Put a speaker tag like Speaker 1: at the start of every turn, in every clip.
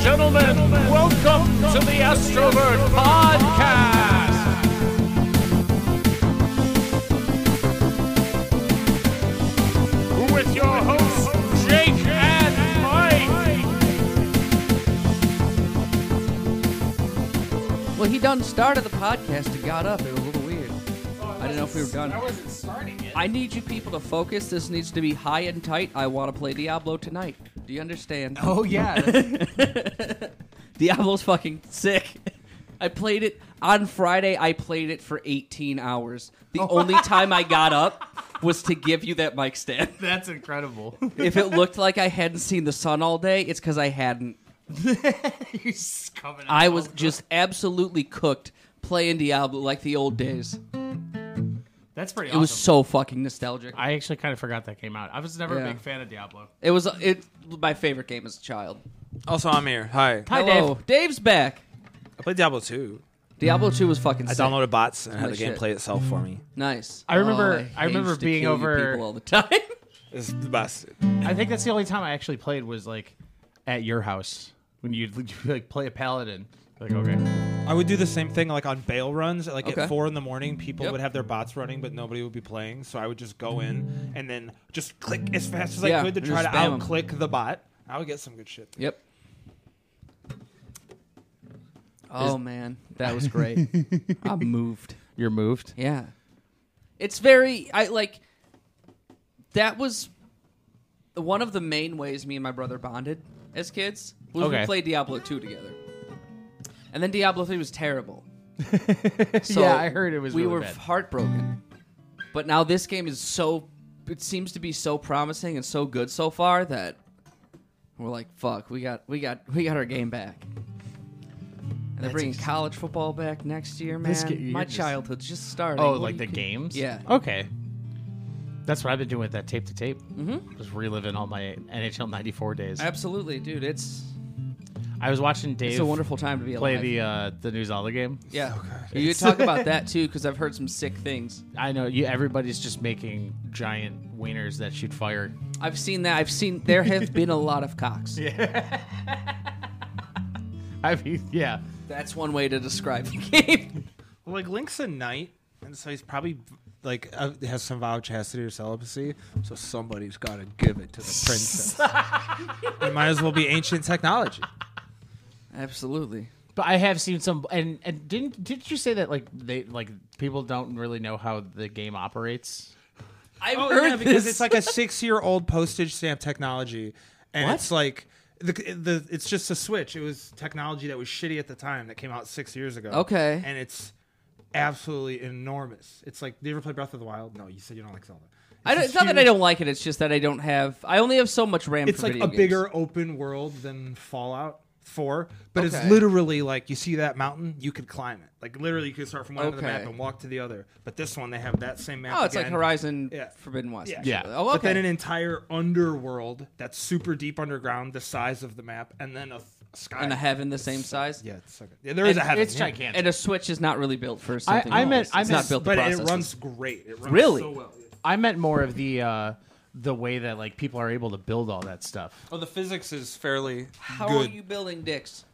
Speaker 1: gentlemen, welcome to the Astrovert Podcast. With your hosts, Jake and Mike.
Speaker 2: Well, he done started the podcast and got up. It was a little weird. I didn't know if we were done. I wasn't starting it. I need you people to focus. This needs to be high and tight. I want to play Diablo tonight. Do you understand?
Speaker 3: Oh yeah, that's-
Speaker 2: Diablo's fucking sick. I played it on Friday. I played it for 18 hours. The
Speaker 3: Oh.
Speaker 2: only time I got up was to give you that mic stand.
Speaker 3: that's incredible.
Speaker 2: If it looked like I hadn't seen the sun all day, it's because I hadn't.
Speaker 3: You're just coming.
Speaker 2: I
Speaker 3: out.
Speaker 2: was just absolutely cooked playing Diablo like the old days.
Speaker 3: That's pretty.
Speaker 2: It was so fucking nostalgic.
Speaker 3: I actually kind of forgot that came out. I was never
Speaker 2: Yeah.
Speaker 3: a big fan of Diablo.
Speaker 2: It was it my favorite game as a child.
Speaker 4: Also, I'm here. Hi.
Speaker 3: Hi,
Speaker 2: Hello. Dave's back.
Speaker 4: I played Diablo 2
Speaker 2: Diablo 2 was fucking
Speaker 4: I
Speaker 2: sick.
Speaker 4: downloaded bots and had
Speaker 2: my
Speaker 4: the game
Speaker 2: shit. Mm-hmm.
Speaker 4: play itself for me.
Speaker 2: Nice.
Speaker 3: I
Speaker 2: Oh,
Speaker 3: remember- I remember
Speaker 2: used to
Speaker 3: being
Speaker 2: kill you
Speaker 3: over-
Speaker 2: people all the time.
Speaker 4: It's the best.
Speaker 3: I think that's the only time I actually played was like at your house when you'd you'd, like play a paladin. Like okay,
Speaker 5: I would do the same thing like on bail runs. Like
Speaker 2: Okay.
Speaker 5: at four in the morning, people
Speaker 2: Yep.
Speaker 5: would have their bots running, but nobody would be playing. So I would just go in and then just click as fast as
Speaker 2: Yeah,
Speaker 5: I could to
Speaker 2: and
Speaker 5: try to
Speaker 2: just spam 'em.
Speaker 5: out click the bot. I would get some good shit.
Speaker 2: yep. Oh man, that was great. I moved.
Speaker 3: you're moved.
Speaker 2: Yeah. It's very I like that was one of the main ways me and my brother bonded as kids was we
Speaker 3: Okay.
Speaker 2: played Diablo 2 together. And then Diablo 3 was terrible. so
Speaker 3: yeah, I heard it was.
Speaker 2: we
Speaker 3: really
Speaker 2: were
Speaker 3: bad.
Speaker 2: heartbroken. But now this game is so it seems to be so promising and so good so far that we're like, fuck, we got we got we got our game back. And they're bringing college football back next year, man.
Speaker 3: This ga- you're
Speaker 2: My
Speaker 3: just-
Speaker 2: childhood's just starting.
Speaker 3: oh,
Speaker 2: What
Speaker 3: like
Speaker 2: do
Speaker 3: the
Speaker 2: you-
Speaker 3: games.
Speaker 2: Yeah.
Speaker 3: Okay. That's what I've been doing with that tape to tape. Mm-hmm. Just reliving all my NHL '94 days.
Speaker 2: Absolutely, dude. It's
Speaker 3: I was watching Dave
Speaker 2: it's a wonderful time to be
Speaker 3: play
Speaker 2: alive.
Speaker 3: the uh, Oh, the Newsala game.
Speaker 2: yeah. you could talk about that too, because I've heard some sick things.
Speaker 3: I know you. Everybody's just making giant wieners that shoot fire.
Speaker 2: I've seen that. I've seen there have been a lot of cocks.
Speaker 3: I mean, yeah.
Speaker 2: That's one way to describe the game.
Speaker 5: Well, like Link's a knight, and so he's probably like uh, has some vow of chastity or celibacy. So somebody's got to give it to the princess. it might as well be ancient technology.
Speaker 2: Absolutely.
Speaker 3: But I have seen some, and and didn't did you say that like they like people don't really know how the game operates?
Speaker 2: I've
Speaker 5: Oh
Speaker 2: heard
Speaker 5: yeah, because
Speaker 2: this.
Speaker 5: it's like a six-year-old postage stamp technology, and
Speaker 2: What?
Speaker 5: it's like the, the it's just a switch. It was technology that was shitty at the time that came out six years ago.
Speaker 2: Okay.
Speaker 5: and it's absolutely enormous. It's like, do you ever play Breath of the Wild? No, you said you don't like Zelda.
Speaker 2: I don't, it's
Speaker 5: just
Speaker 2: not that I
Speaker 5: huge-
Speaker 2: don't like it. It's just that I don't have. I only have so much RAM.
Speaker 5: It's
Speaker 2: for
Speaker 5: like
Speaker 2: video
Speaker 5: a
Speaker 2: games.
Speaker 5: bigger open world than Fallout. Four, but
Speaker 2: Okay.
Speaker 5: it's literally like you see that mountain, you could climb it. Like literally, you could start from one end of the
Speaker 2: Okay.
Speaker 5: map and walk to the other. But this one, they have that same map.
Speaker 2: Oh, it's like
Speaker 5: again.
Speaker 2: Horizon
Speaker 5: Yeah.
Speaker 2: Forbidden West.
Speaker 5: Yeah.
Speaker 3: Yeah.
Speaker 2: Oh, okay.
Speaker 5: But then an entire underworld that's super deep underground, the size of the map, and then a th- sky.
Speaker 2: and a heaven the same size.
Speaker 5: Yeah, it's so good. Yeah, there is a heaven.
Speaker 3: It's
Speaker 5: yeah.
Speaker 3: gigantic.
Speaker 2: And a Switch is not really built for
Speaker 3: I,
Speaker 2: something.
Speaker 3: I
Speaker 2: like
Speaker 3: meant
Speaker 2: this.
Speaker 3: I
Speaker 2: it's
Speaker 3: meant,
Speaker 2: not built
Speaker 5: But
Speaker 2: to
Speaker 5: it
Speaker 2: process.
Speaker 5: runs great. It runs
Speaker 2: Really?
Speaker 5: so well. Yeah.
Speaker 3: I meant more of the uh, the way that like people are able to build all that stuff.
Speaker 5: Well, the physics is fairly
Speaker 2: How
Speaker 5: good.
Speaker 2: are you building dicks?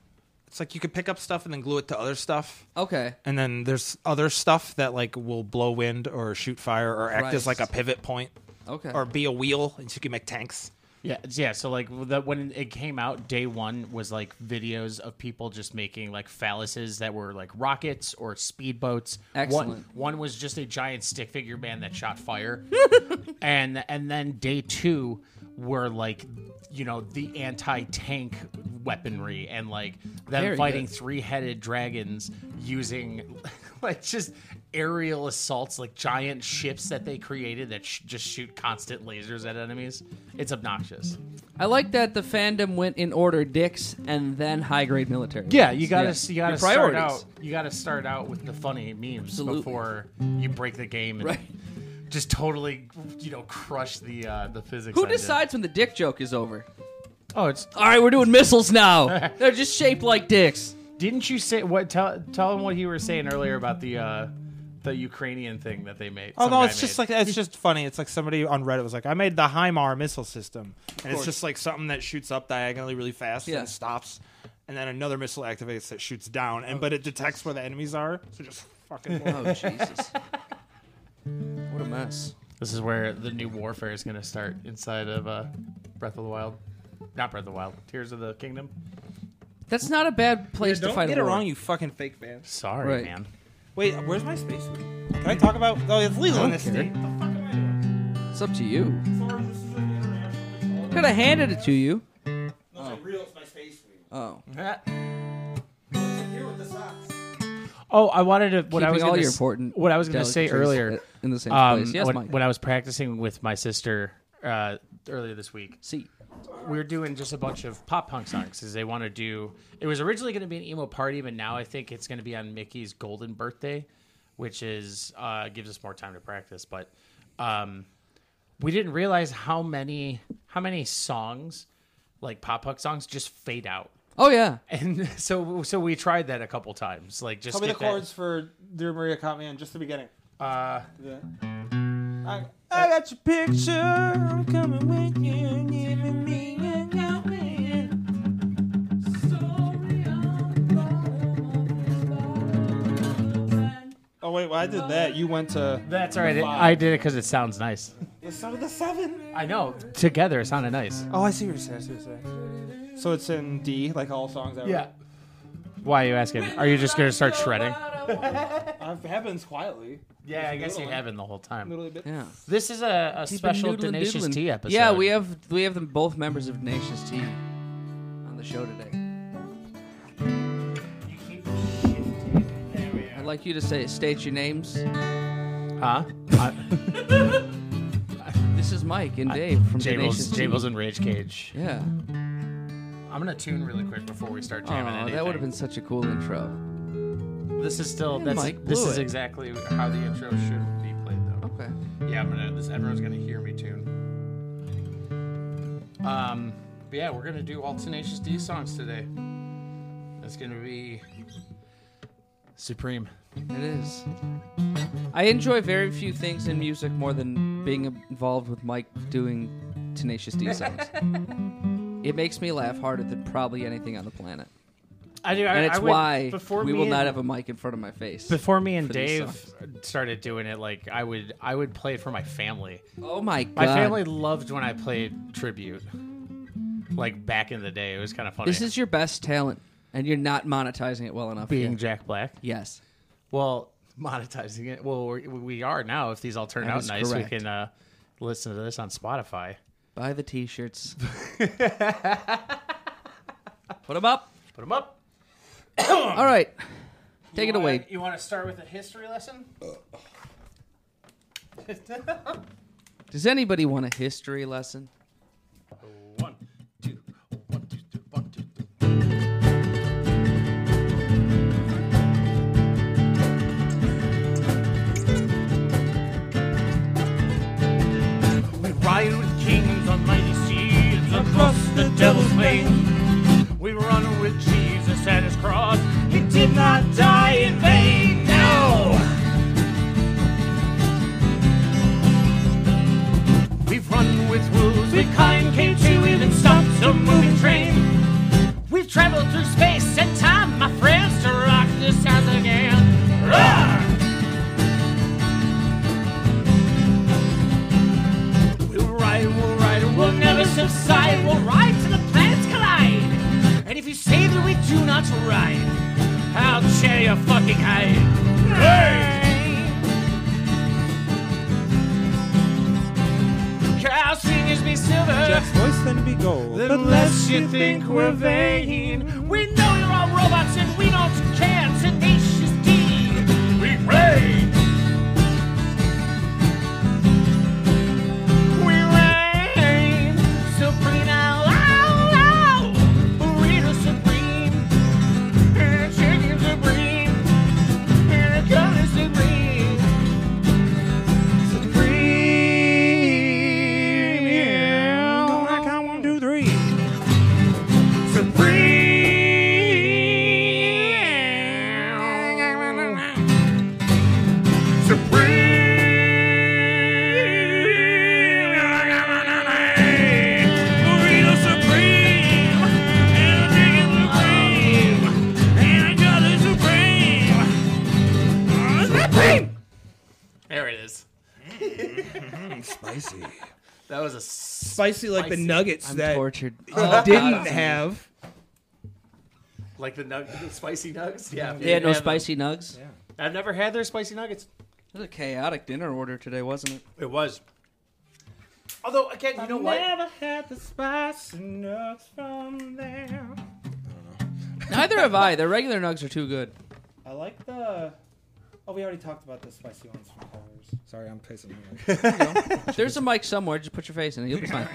Speaker 5: It's like you could pick up stuff and then glue it to other stuff.
Speaker 2: Okay.
Speaker 5: And then there's other stuff that like will blow wind or shoot fire or act as
Speaker 2: Christ.
Speaker 5: like a pivot point
Speaker 2: Okay.
Speaker 5: or be a wheel, and so you can make tanks.
Speaker 3: Yeah, it's- yeah. So like the, when it came out, day one was like videos of people just making like phalluses that were like rockets or speedboats. One,
Speaker 2: Excellent.
Speaker 3: one was just a giant stick figure man that shot fire, and and then day two were like you know the anti tank weaponry and like them
Speaker 2: Very
Speaker 3: fighting
Speaker 2: good.
Speaker 3: three headed dragons using like just aerial assaults like giant ships that they created that sh- just shoot constant lasers at enemies. It's obnoxious.
Speaker 2: I like that the fandom went in order dicks and then high grade military.
Speaker 3: Yeah, you gotta
Speaker 2: Yeah.
Speaker 3: you gotta
Speaker 2: Your
Speaker 3: start
Speaker 2: priorities.
Speaker 3: out. You gotta start out with the funny memes
Speaker 2: Absolutely.
Speaker 3: before you break the game and
Speaker 2: Right.
Speaker 3: just totally you know crush the uh, the physics.
Speaker 2: Who
Speaker 3: end of it.
Speaker 2: decides when the dick joke is over?
Speaker 3: Oh, it's
Speaker 2: All right, we're doing missiles now. They're just shaped like dicks.
Speaker 3: didn't you say what? Tell tell him what you were saying earlier about the uh, the Ukrainian thing that they made.
Speaker 5: Oh
Speaker 3: some
Speaker 5: no,
Speaker 3: guy
Speaker 5: it's just
Speaker 3: made.
Speaker 5: like it's just funny. It's like somebody on Reddit was like, "I made the HIMAR missile system," and it's just like something that shoots up diagonally really fast
Speaker 2: Yeah.
Speaker 5: and stops, and then another missile activates that shoots down, and but it detects where the enemies are, so just fucking.
Speaker 2: Oh Jesus! what a mess.
Speaker 3: This is where the new warfare is going to start inside of uh, Breath of the Wild. Not Breath of the Wild. Tears of the Kingdom.
Speaker 2: That's not a bad place to
Speaker 5: Don't
Speaker 2: fight
Speaker 5: get
Speaker 2: a
Speaker 5: it
Speaker 2: war.
Speaker 5: wrong, you fucking fake fan.
Speaker 3: Sorry,
Speaker 2: Right.
Speaker 3: man.
Speaker 5: Wait, where's my space? Can I talk about? Oh, it's legal in this
Speaker 2: care.
Speaker 5: state. The fuck am I doing?
Speaker 2: It's up to you.
Speaker 5: Sorry, this is an international
Speaker 2: Could have handed it to you.
Speaker 5: No, it's like real. It's my space. legal.
Speaker 2: Oh,
Speaker 5: It's Here with the socks.
Speaker 3: Oh, I wanted to. What I
Speaker 2: Keeping
Speaker 3: was
Speaker 2: all
Speaker 3: gonna
Speaker 2: your
Speaker 3: s-
Speaker 2: important
Speaker 3: What I was going to say
Speaker 2: delicacies
Speaker 3: earlier.
Speaker 2: at- in the same
Speaker 3: um,
Speaker 2: place. Yes,
Speaker 3: when,
Speaker 2: Mike.
Speaker 3: when I was practicing with my sister uh, earlier this week,
Speaker 2: see,
Speaker 3: we are doing just a bunch of pop punk songs because they want to do. It was originally going to be an emo party, but now I think it's going to be on Mickey's golden birthday, which is uh, gives us more time to practice. But um, we didn't realize how many how many songs, like pop punk songs, just fade out.
Speaker 2: oh yeah,
Speaker 3: And so so we tried that a couple times. Like just
Speaker 5: Tell me the
Speaker 3: get that-
Speaker 5: chords for "Dear Maria Caught Me" in just the beginning. Uh, I, I got your picture. I'm coming with you. Giving me a going. Oh wait, well I did that. You went to
Speaker 3: That's all right. I did it because it sounds nice.
Speaker 5: the son of the seven.
Speaker 3: I know. Together, it sounded nice.
Speaker 5: Oh, I see what you're saying. I see what you're saying. So it's in D, like all songs. Ever.
Speaker 3: Why are you asking? Are you just gonna start shredding?
Speaker 5: it happens quietly.
Speaker 3: Yeah, I guess you have been the whole time.
Speaker 5: Literally a bit.
Speaker 2: yeah.
Speaker 3: This is a, a special
Speaker 2: Been noodling,
Speaker 3: Tenacious
Speaker 2: doodling.
Speaker 3: T episode.
Speaker 2: Yeah, we have we have them both members of Tenacious T on the show today. I'd like you to say state your names.
Speaker 3: Huh?
Speaker 2: This is Mike and Dave from Tenacious T.
Speaker 3: Jables and Rage Cage.
Speaker 2: Yeah.
Speaker 3: I'm gonna tune really quick before we start
Speaker 2: Oh,
Speaker 3: jamming.
Speaker 2: that would have been such a cool intro.
Speaker 3: been. This is still.
Speaker 2: Yeah,
Speaker 3: That's,
Speaker 2: Mike
Speaker 3: this
Speaker 2: blew
Speaker 3: is
Speaker 2: it.
Speaker 3: exactly how the intro should be played, though.
Speaker 2: Okay.
Speaker 3: Yeah, I'm gonna. This everyone's gonna hear me tune. Um, but yeah, we're gonna do all Tenacious D songs today. That's gonna be supreme.
Speaker 2: It is. I enjoy very few things in music more than being involved with Mike doing Tenacious D songs. it makes me laugh harder than probably anything on the planet.
Speaker 3: I do,
Speaker 2: And it's why we will not have a mic in front of my face.
Speaker 3: Before me and
Speaker 2: for these
Speaker 3: Dave started doing it, like I would, I would play it for my family.
Speaker 2: oh my god.
Speaker 3: My family loved when I played tribute, like back in the day. It was kind of funny.
Speaker 2: This is your best talent, and you're not monetizing it well enough.
Speaker 3: being
Speaker 2: yet.
Speaker 3: Jack Black.
Speaker 2: yes.
Speaker 3: Well, monetizing it. Well, we're, we are now. If these all turn
Speaker 2: That
Speaker 3: out
Speaker 2: is
Speaker 3: nice,
Speaker 2: correct.
Speaker 3: we can uh, listen to this on Spotify.
Speaker 2: Buy the t-shirts. Put them up.
Speaker 3: Put them up.
Speaker 2: All right. Take it away.
Speaker 3: You want to start with a history lesson?
Speaker 2: Does anybody want a history lesson?
Speaker 3: One, two, one, two, two, one, two, two.
Speaker 6: We ride with kings on mighty seas across the devil's main. We run with Jesus at his cross. He did not die in vain. No. We've run with wolves, we kind came to even stopped a moving train. We've traveled through space and time, my friends, to rock this house again. Rock! We'll ride, we'll ride, we'll never subside. We'll ride till the planets collide. And if you say that we do not ride, I'll tear your fucking hide. Our fingers be silver,
Speaker 5: Jack's voice then be gold.
Speaker 6: unless you think we're vain. We know you're all robots and we don't care. Tenacious D, we reign. We reign supreme. Ow, ow, ow. Burrito supreme, and chicken supreme, and color supreme. Supreme, yeah.
Speaker 5: one, two, three.
Speaker 6: Supreme.
Speaker 2: Mm-hmm.
Speaker 7: Spicy.
Speaker 3: That was a s-
Speaker 7: Spicy like the
Speaker 3: Spicy.
Speaker 7: nuggets
Speaker 2: I'm
Speaker 7: that
Speaker 2: tortured.
Speaker 7: I
Speaker 2: Oh,
Speaker 7: didn't
Speaker 2: God.
Speaker 7: have.
Speaker 3: like the, nug- the spicy nugs. Yeah,
Speaker 2: They had no spicy nugs.
Speaker 3: I've never had their spicy nuggets.
Speaker 2: It was a chaotic dinner order today, wasn't it?
Speaker 3: It was. Although again, you know what?
Speaker 5: Never had the spice nugs from there.
Speaker 2: Neither have I. Their regular nugs are too good.
Speaker 5: I like the. Oh, we already talked about the spicy ones from Culver's.
Speaker 7: Sorry, I'm pissing.
Speaker 2: There's a mic somewhere. Just put your face in it. You'll be fine.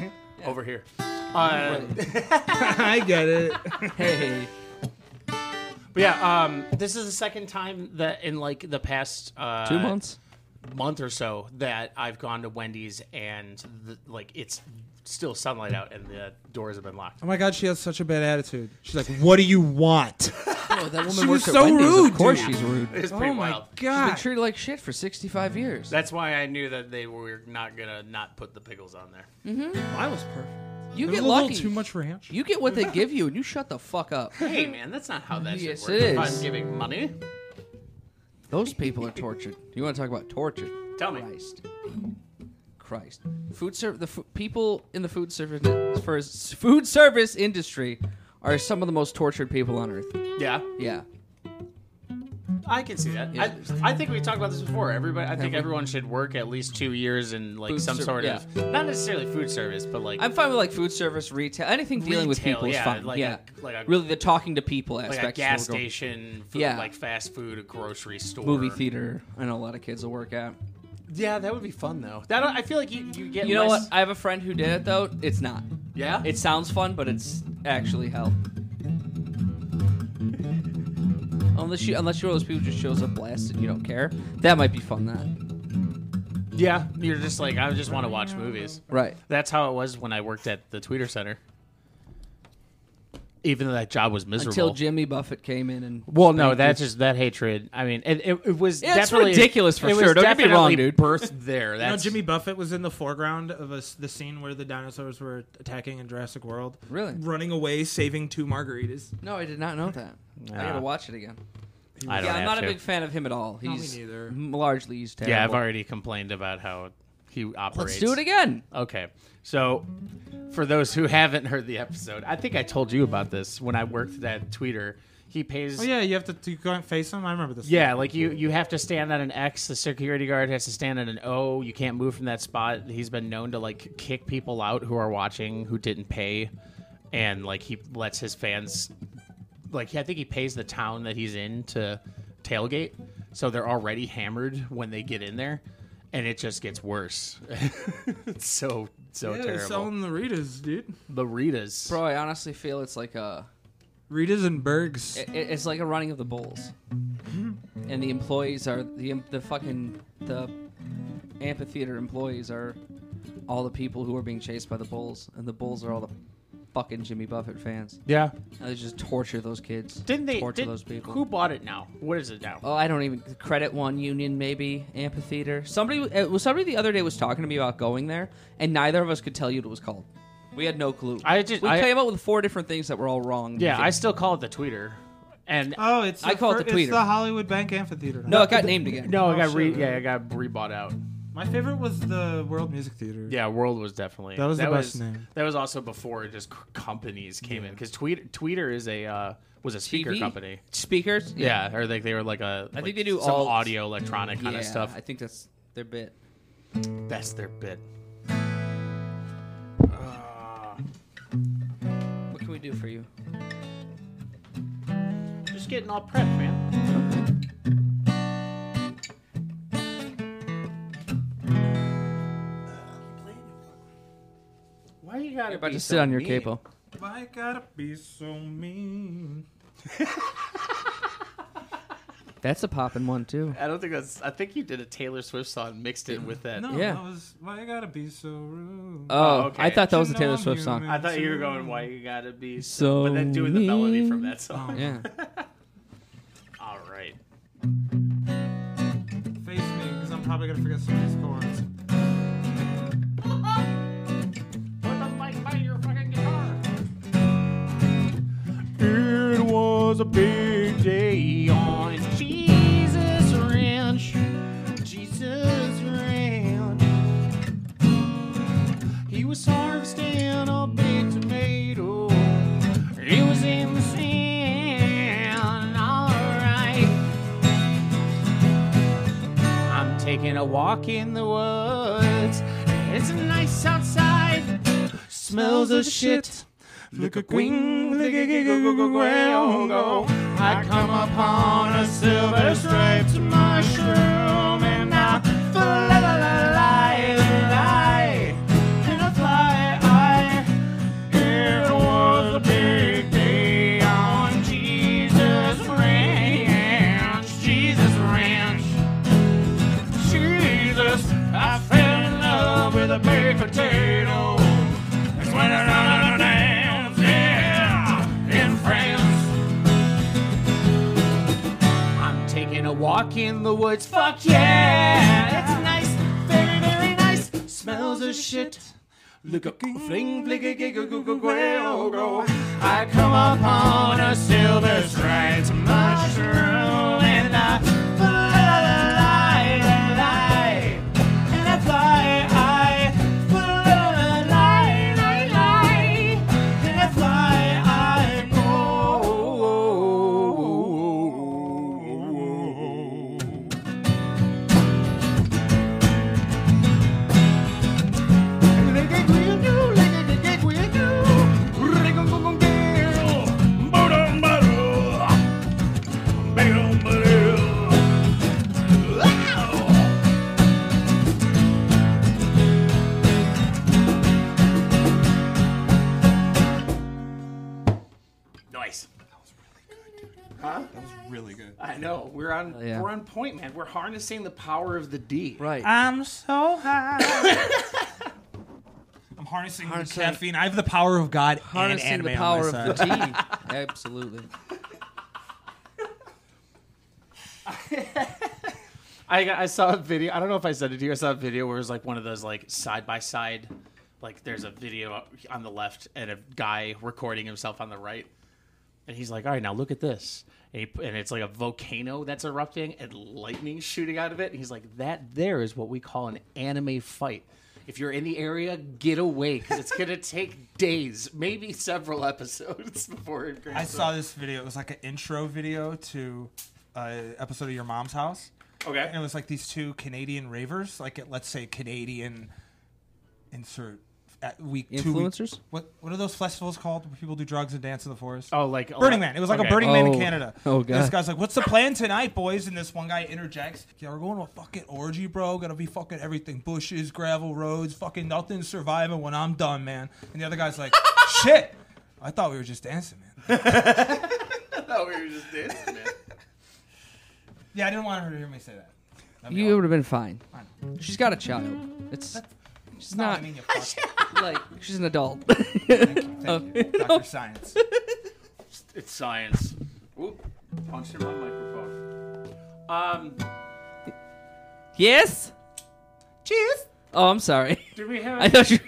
Speaker 3: Over here. Uh,
Speaker 7: I get it.
Speaker 2: Hey,
Speaker 3: but yeah, um, this is the second time that in like the past uh,
Speaker 2: two months.
Speaker 3: month or so that I've gone to Wendy's and the, like it's still sunlight out and the doors have been locked.
Speaker 5: Oh my god, she has such a bad attitude. She's like, "What do you want?"
Speaker 2: Oh, that woman
Speaker 5: She was
Speaker 2: works at
Speaker 5: so
Speaker 2: Wendy's.
Speaker 5: rude,
Speaker 2: Of course,
Speaker 5: dude.
Speaker 2: she's rude.
Speaker 3: It's pretty
Speaker 5: oh my
Speaker 3: wild.
Speaker 2: Been
Speaker 5: god.
Speaker 2: treated like shit for 65 years.
Speaker 3: That's why I knew that they were not gonna not put the pickles on there.
Speaker 5: Mine was perfect.
Speaker 2: you
Speaker 5: There's
Speaker 2: get
Speaker 5: a little
Speaker 2: lucky.
Speaker 5: too much ranch.
Speaker 2: You get what they give you, and you shut the fuck up.
Speaker 3: Hey man, that's not how that
Speaker 2: Yes,
Speaker 3: should work.
Speaker 2: it
Speaker 3: If
Speaker 2: is.
Speaker 3: I'm giving money,
Speaker 2: Those people are tortured. You want to talk about tortured?
Speaker 3: tell me.
Speaker 2: Christ. Christ. Food ser- the fu- people in the food service for food service industry are some of the most tortured people on earth.
Speaker 3: Yeah,
Speaker 2: Yeah.
Speaker 3: I can see that.
Speaker 2: Yeah.
Speaker 3: I, I think we talked about this before. Everybody, I think
Speaker 2: we?
Speaker 3: everyone should work at least two years in like
Speaker 2: Food
Speaker 3: some
Speaker 2: serv-
Speaker 3: sort
Speaker 2: yeah.
Speaker 3: of not necessarily food service, but like
Speaker 2: I'm fine with like food service, retail, anything dealing with
Speaker 3: Retail,
Speaker 2: people is
Speaker 3: yeah,
Speaker 2: fine.
Speaker 3: like a-
Speaker 2: yeah.
Speaker 3: like a-
Speaker 2: really the talking to people
Speaker 3: like
Speaker 2: aspect. is
Speaker 3: a
Speaker 2: what
Speaker 3: gas
Speaker 2: we're going-
Speaker 3: station, food,
Speaker 2: Yeah.
Speaker 3: like fast food, a grocery store,
Speaker 2: Movie theater. I know a lot of kids will work at.
Speaker 3: Yeah, that would be fun though. That I feel like you, you get
Speaker 2: You know what?
Speaker 3: less-
Speaker 2: I have a friend who did it though. It's not.
Speaker 3: yeah,
Speaker 2: It sounds fun, but it's actually hell. Unless you, unless you're one of those people who just shows up blasted, you don't care. That might be fun. That
Speaker 3: yeah. You're just like I just want to watch movies.
Speaker 2: right.
Speaker 3: That's how it was when I worked at the Tweeter Center. Even though that job was miserable.
Speaker 2: Until Jimmy Buffett came in and
Speaker 3: well, no,
Speaker 2: spanked
Speaker 3: that's
Speaker 2: us.
Speaker 3: just that hatred. I mean, it, it, it was
Speaker 2: Yeah, it's
Speaker 3: definitely
Speaker 2: ridiculous for
Speaker 3: it was
Speaker 2: sure. Don't get me
Speaker 3: definitely
Speaker 2: wrong, dude.
Speaker 3: Birthed there.
Speaker 5: You know,
Speaker 3: That's
Speaker 5: Jimmy Buffett was in the foreground of us the scene where the dinosaurs were attacking in Jurassic World.
Speaker 2: Really?
Speaker 5: Running away, saving two margaritas.
Speaker 2: no. I did not know that. I gotta
Speaker 3: Nah.
Speaker 2: watch it again.
Speaker 3: I don't
Speaker 2: Yeah, I'm
Speaker 3: have
Speaker 2: not
Speaker 3: to.
Speaker 2: a big fan of him at all. He's
Speaker 5: me neither.
Speaker 2: m- largely he's terrible.
Speaker 3: Yeah, I've already complained about how he operates.
Speaker 2: Let's do it again.
Speaker 3: Okay. So, for those who haven't heard the episode, I think I told you about this when I worked at Tweeter. He pays.
Speaker 5: Oh yeah, you have to, to go and face them. I remember this.
Speaker 3: Yeah, like you, you have to stand at an X. The security guard has to stand at an O. You can't move from that spot. He's been known to like kick people out who are watching who didn't pay, and like he lets his fans, like I think he pays the town that he's in to tailgate, so they're already hammered when they get in there, and it just gets worse. it's so so
Speaker 5: yeah, they're
Speaker 3: terrible.
Speaker 5: selling the Ritas, dude.
Speaker 3: the Ritas.
Speaker 2: Bro, I honestly feel it's like a
Speaker 5: Ritas and Bergs.
Speaker 2: it, it's like a running of the bulls,
Speaker 3: Mm-hmm.
Speaker 2: and the employees are the em- the fucking the amphitheater employees are all the people who are being chased by the bulls, and the bulls are all the fucking Jimmy Buffett fans.
Speaker 3: Yeah.
Speaker 2: And they just torture those kids.
Speaker 3: Didn't they?
Speaker 2: torture
Speaker 3: did-
Speaker 2: those people?
Speaker 3: Who bought it now? What is it now?
Speaker 2: Oh, I don't even credit one union maybe amphitheater. Somebody it was somebody the other day was talking to me about going there, and neither of us could tell you what it was called. We had no clue.
Speaker 3: I just-
Speaker 2: we
Speaker 3: I-
Speaker 2: came up with four different things that were all wrong.
Speaker 3: yeah, I still call it the Tweeter, and
Speaker 5: Oh, it's
Speaker 2: I
Speaker 5: the
Speaker 2: call it
Speaker 5: fir-
Speaker 2: the tweeter.
Speaker 5: It's the Hollywood Bank Amphitheater. now.
Speaker 2: no, it got named again.
Speaker 3: No, I
Speaker 5: Oh,
Speaker 3: got
Speaker 5: shit,
Speaker 3: re
Speaker 5: really?
Speaker 3: yeah, I got rebought out.
Speaker 5: my favorite was the World Music Theater.
Speaker 3: Yeah, World was definitely
Speaker 5: That was the best name.
Speaker 3: That was also before just c- companies came in because Tweet, Tweeter is a uh, was a speaker
Speaker 2: TV.
Speaker 3: company.
Speaker 2: speakers.
Speaker 3: Yeah. or like they were like a. I
Speaker 2: they do
Speaker 3: some
Speaker 2: all-
Speaker 3: audio electronic kind
Speaker 2: yeah,
Speaker 3: of stuff.
Speaker 2: I think that's their bit.
Speaker 3: That's their bit.
Speaker 2: What can we do for you?
Speaker 3: Just getting all prepped, man. Why you gotta
Speaker 2: You're about
Speaker 3: be
Speaker 2: to
Speaker 3: so
Speaker 2: sit on your
Speaker 3: mean?
Speaker 2: capo.
Speaker 5: Why gotta be so mean?
Speaker 2: That's a poppin' one too.
Speaker 3: I don't think that's. I think you did a Taylor Swift song, and mixed it with that.
Speaker 5: No,
Speaker 2: Yeah.
Speaker 5: that was why you gotta be so rude.
Speaker 2: Oh,
Speaker 3: okay.
Speaker 2: I thought that
Speaker 5: You
Speaker 2: was a
Speaker 5: know
Speaker 2: Taylor
Speaker 5: I'm
Speaker 2: Swift song.
Speaker 5: human.
Speaker 3: I thought you were going, why you gotta be
Speaker 2: So
Speaker 3: so, but then doing the melody
Speaker 2: mean.
Speaker 3: from that song.
Speaker 2: Yeah.
Speaker 3: All right.
Speaker 5: Face me, because I'm probably gonna forget some of these chords.
Speaker 3: Put the mic by your fucking guitar.
Speaker 5: It was a big day on
Speaker 3: Jesus Ranch. Jesus Ranch.
Speaker 8: was harvesting a big tomato. It was in the sand, alright. I'm taking a walk in the woods. It's nice outside. Smells of shit. Look a queen, look a go. I come upon a silver striped mushroom and I fly, la, la, la, la, and I fly, I. It was a big day on Jesus Ranch, Jesus Ranch. Jesus, I fell in love with a baked potato. It's when I run out of nails, yeah, in France. I'm taking a walk in the woods, fuck yeah. It's nice, very, very nice. Smells of shit. Look up, fling, flick, oh, go. I come upon a silver striped mushroom and I fly, fly, and I fly, I fly, fly, and I fly, I go.
Speaker 3: Nice.
Speaker 7: Really good.
Speaker 3: I know. We're on.
Speaker 2: yeah.
Speaker 3: We're on point, man. We're harnessing the power of the D.
Speaker 2: Right.
Speaker 5: I'm so high. I'm harnessing,
Speaker 2: Harnessing-
Speaker 5: the caffeine. I have the power of God
Speaker 2: Harnessing
Speaker 5: and anime
Speaker 2: the power
Speaker 5: on my
Speaker 2: of
Speaker 5: side.
Speaker 2: the tea. Absolutely.
Speaker 3: I, got- I saw a video. I don't know if I said it to you. I saw a video where it was like one of those like side by side, like there's a video on the left and a guy recording himself on the right, and he's like, "All right, now look at this," and, he, and it's like a volcano that's erupting and lightning shooting out of it. And he's like, "That there is what we call an anime fight." If you're in the area, get away because it's gonna take days, maybe several episodes before it.
Speaker 5: I
Speaker 3: Grabs
Speaker 5: saw this video. It was like an intro video to an episode of Your Mom's House.
Speaker 3: Okay.
Speaker 5: And it was like these two Canadian ravers, like at, let's say Canadian insert at week two
Speaker 2: Influencers?
Speaker 5: week, what what are those festivals called where people do drugs and dance in the forest?
Speaker 3: Oh, like
Speaker 5: Burning Man. It was like a
Speaker 3: Okay.
Speaker 5: Burning Man in
Speaker 2: Oh.
Speaker 5: Canada.
Speaker 2: Oh,
Speaker 5: And this
Speaker 2: God.
Speaker 5: guy's like, "What's the plan tonight, boys?" And this one guy interjects, "Yeah, we're going to a fucking orgy, bro. Gonna be fucking everything: bushes, gravel roads, fucking nothing surviving when I'm done, man." And the other guy's like, "Shit, I thought we were just dancing, man."
Speaker 3: Oh, we were just dancing, man.
Speaker 5: Yeah, I didn't want her to hear me say that. That'd be
Speaker 2: You
Speaker 5: awful.
Speaker 2: would have been fine.
Speaker 5: Fine.
Speaker 2: She's got a child. It's
Speaker 5: It's
Speaker 2: not-
Speaker 5: not. I mean, you fuck.
Speaker 2: like she's an adult.
Speaker 5: Thank you, Doctor Science.
Speaker 3: It's science. Oop, punched in my microphone. Um,
Speaker 2: yes.
Speaker 5: Cheers.
Speaker 2: Oh, I'm sorry.
Speaker 3: do we have?
Speaker 2: I thought you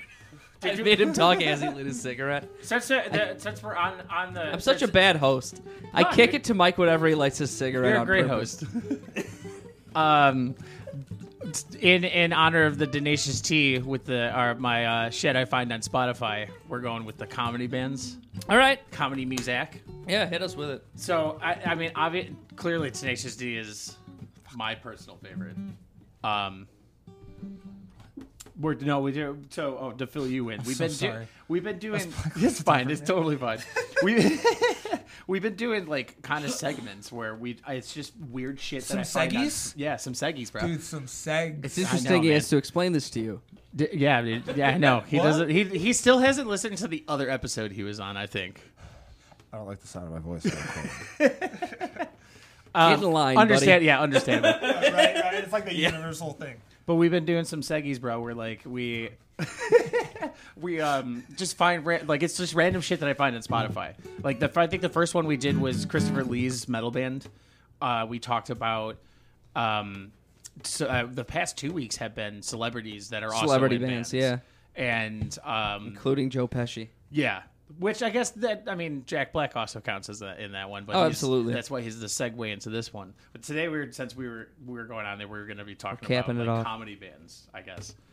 Speaker 2: I
Speaker 3: you-
Speaker 2: made him talk as he lit his cigarette.
Speaker 3: since, uh, the, since we're on on the,
Speaker 2: I'm such a bad host. I
Speaker 3: No,
Speaker 2: kick
Speaker 3: dude.
Speaker 2: it to Mike whenever he lights his cigarette.
Speaker 3: You're a
Speaker 2: on
Speaker 3: great
Speaker 2: purpose.
Speaker 3: host. um, in in honor of the Denacious T with the our, my uh, shit I find on Spotify, we're going with the comedy bands,
Speaker 2: All right.
Speaker 3: comedy music.
Speaker 2: Yeah, hit us with it.
Speaker 3: So I, I mean, obvi- clearly, Tenacious D is my personal favorite. Um, we're no, we do. So oh, to fill you in, we've
Speaker 5: so
Speaker 3: been do-
Speaker 5: sorry.
Speaker 3: we've been doing. It's fine. It's totally fine. we we've been doing like kind of segments where we it's just weird shit
Speaker 5: Some
Speaker 3: that I find on-
Speaker 5: seggies?
Speaker 3: yeah, some seggies, bro.
Speaker 5: Dude, some segs.
Speaker 2: It's interesting he
Speaker 3: man.
Speaker 2: has to explain this to you.
Speaker 3: D- yeah, dude, yeah, I know. He
Speaker 5: What?
Speaker 3: doesn't. He he still hasn't listened to the other episode he was on. I think.
Speaker 7: I don't like the sound of my voice. so I'm cold.
Speaker 2: Get in line,
Speaker 3: Understand?
Speaker 2: buddy.
Speaker 3: Yeah, understandable.
Speaker 5: right, right. It's like the universal thing.
Speaker 3: But we've been doing some seggies, bro. Where like we we um just find ra- like it's just random shit that I find on Spotify. Like the I think the first one we did was Christopher Lee's metal band. Uh, we talked about um so, uh, the past two weeks have been celebrities that are also
Speaker 2: Celebrity
Speaker 3: in
Speaker 2: bands,
Speaker 3: and um
Speaker 2: Including Joe Pesci.
Speaker 3: yeah. Which I guess that I mean Jack Black also counts as that in that one, but
Speaker 2: Oh,
Speaker 3: he's-
Speaker 2: absolutely.
Speaker 3: that's why he's the segue into this one. But today we were since we were we were going on there, we were going to be talking
Speaker 2: We're capping
Speaker 3: about
Speaker 2: it
Speaker 3: like,
Speaker 2: off.
Speaker 3: comedy bands, I guess.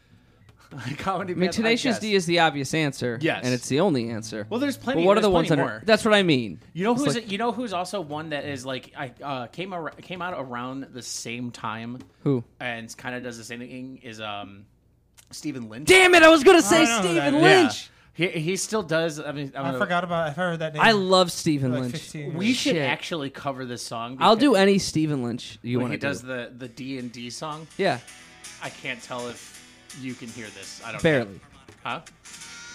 Speaker 3: Comedy
Speaker 2: I mean, Tenacious D is the obvious answer.
Speaker 3: Yes.
Speaker 2: and it's the only answer.
Speaker 3: Well, there's plenty-
Speaker 2: But what are
Speaker 3: there's
Speaker 2: the ones
Speaker 3: plenty
Speaker 2: under?
Speaker 3: more.
Speaker 2: That's what I mean.
Speaker 3: You know
Speaker 2: It's
Speaker 3: who's
Speaker 2: like-
Speaker 3: you know who's also one that is like I uh, came ar- came out around the same time
Speaker 2: who?
Speaker 3: and kind of does the same thing is um Stephen Lynch.
Speaker 2: Damn it! I was gonna say
Speaker 5: know
Speaker 2: Stephen
Speaker 5: that.
Speaker 2: Lynch.
Speaker 3: He, he still does. I mean, I, don't
Speaker 5: I
Speaker 3: know.
Speaker 5: forgot about. I've heard that name.
Speaker 2: I love Stephen
Speaker 5: like
Speaker 2: Lynch.
Speaker 5: 15 years.
Speaker 3: We should
Speaker 2: Shit.
Speaker 3: actually cover this song.
Speaker 2: I'll
Speaker 3: because
Speaker 2: do any Stephen Lynch you
Speaker 3: when
Speaker 2: want
Speaker 3: he
Speaker 2: to
Speaker 3: does
Speaker 2: do.
Speaker 3: the the D and D song.
Speaker 2: yeah,
Speaker 3: I can't tell if you can hear this. I don't
Speaker 2: barely.
Speaker 3: know. Huh?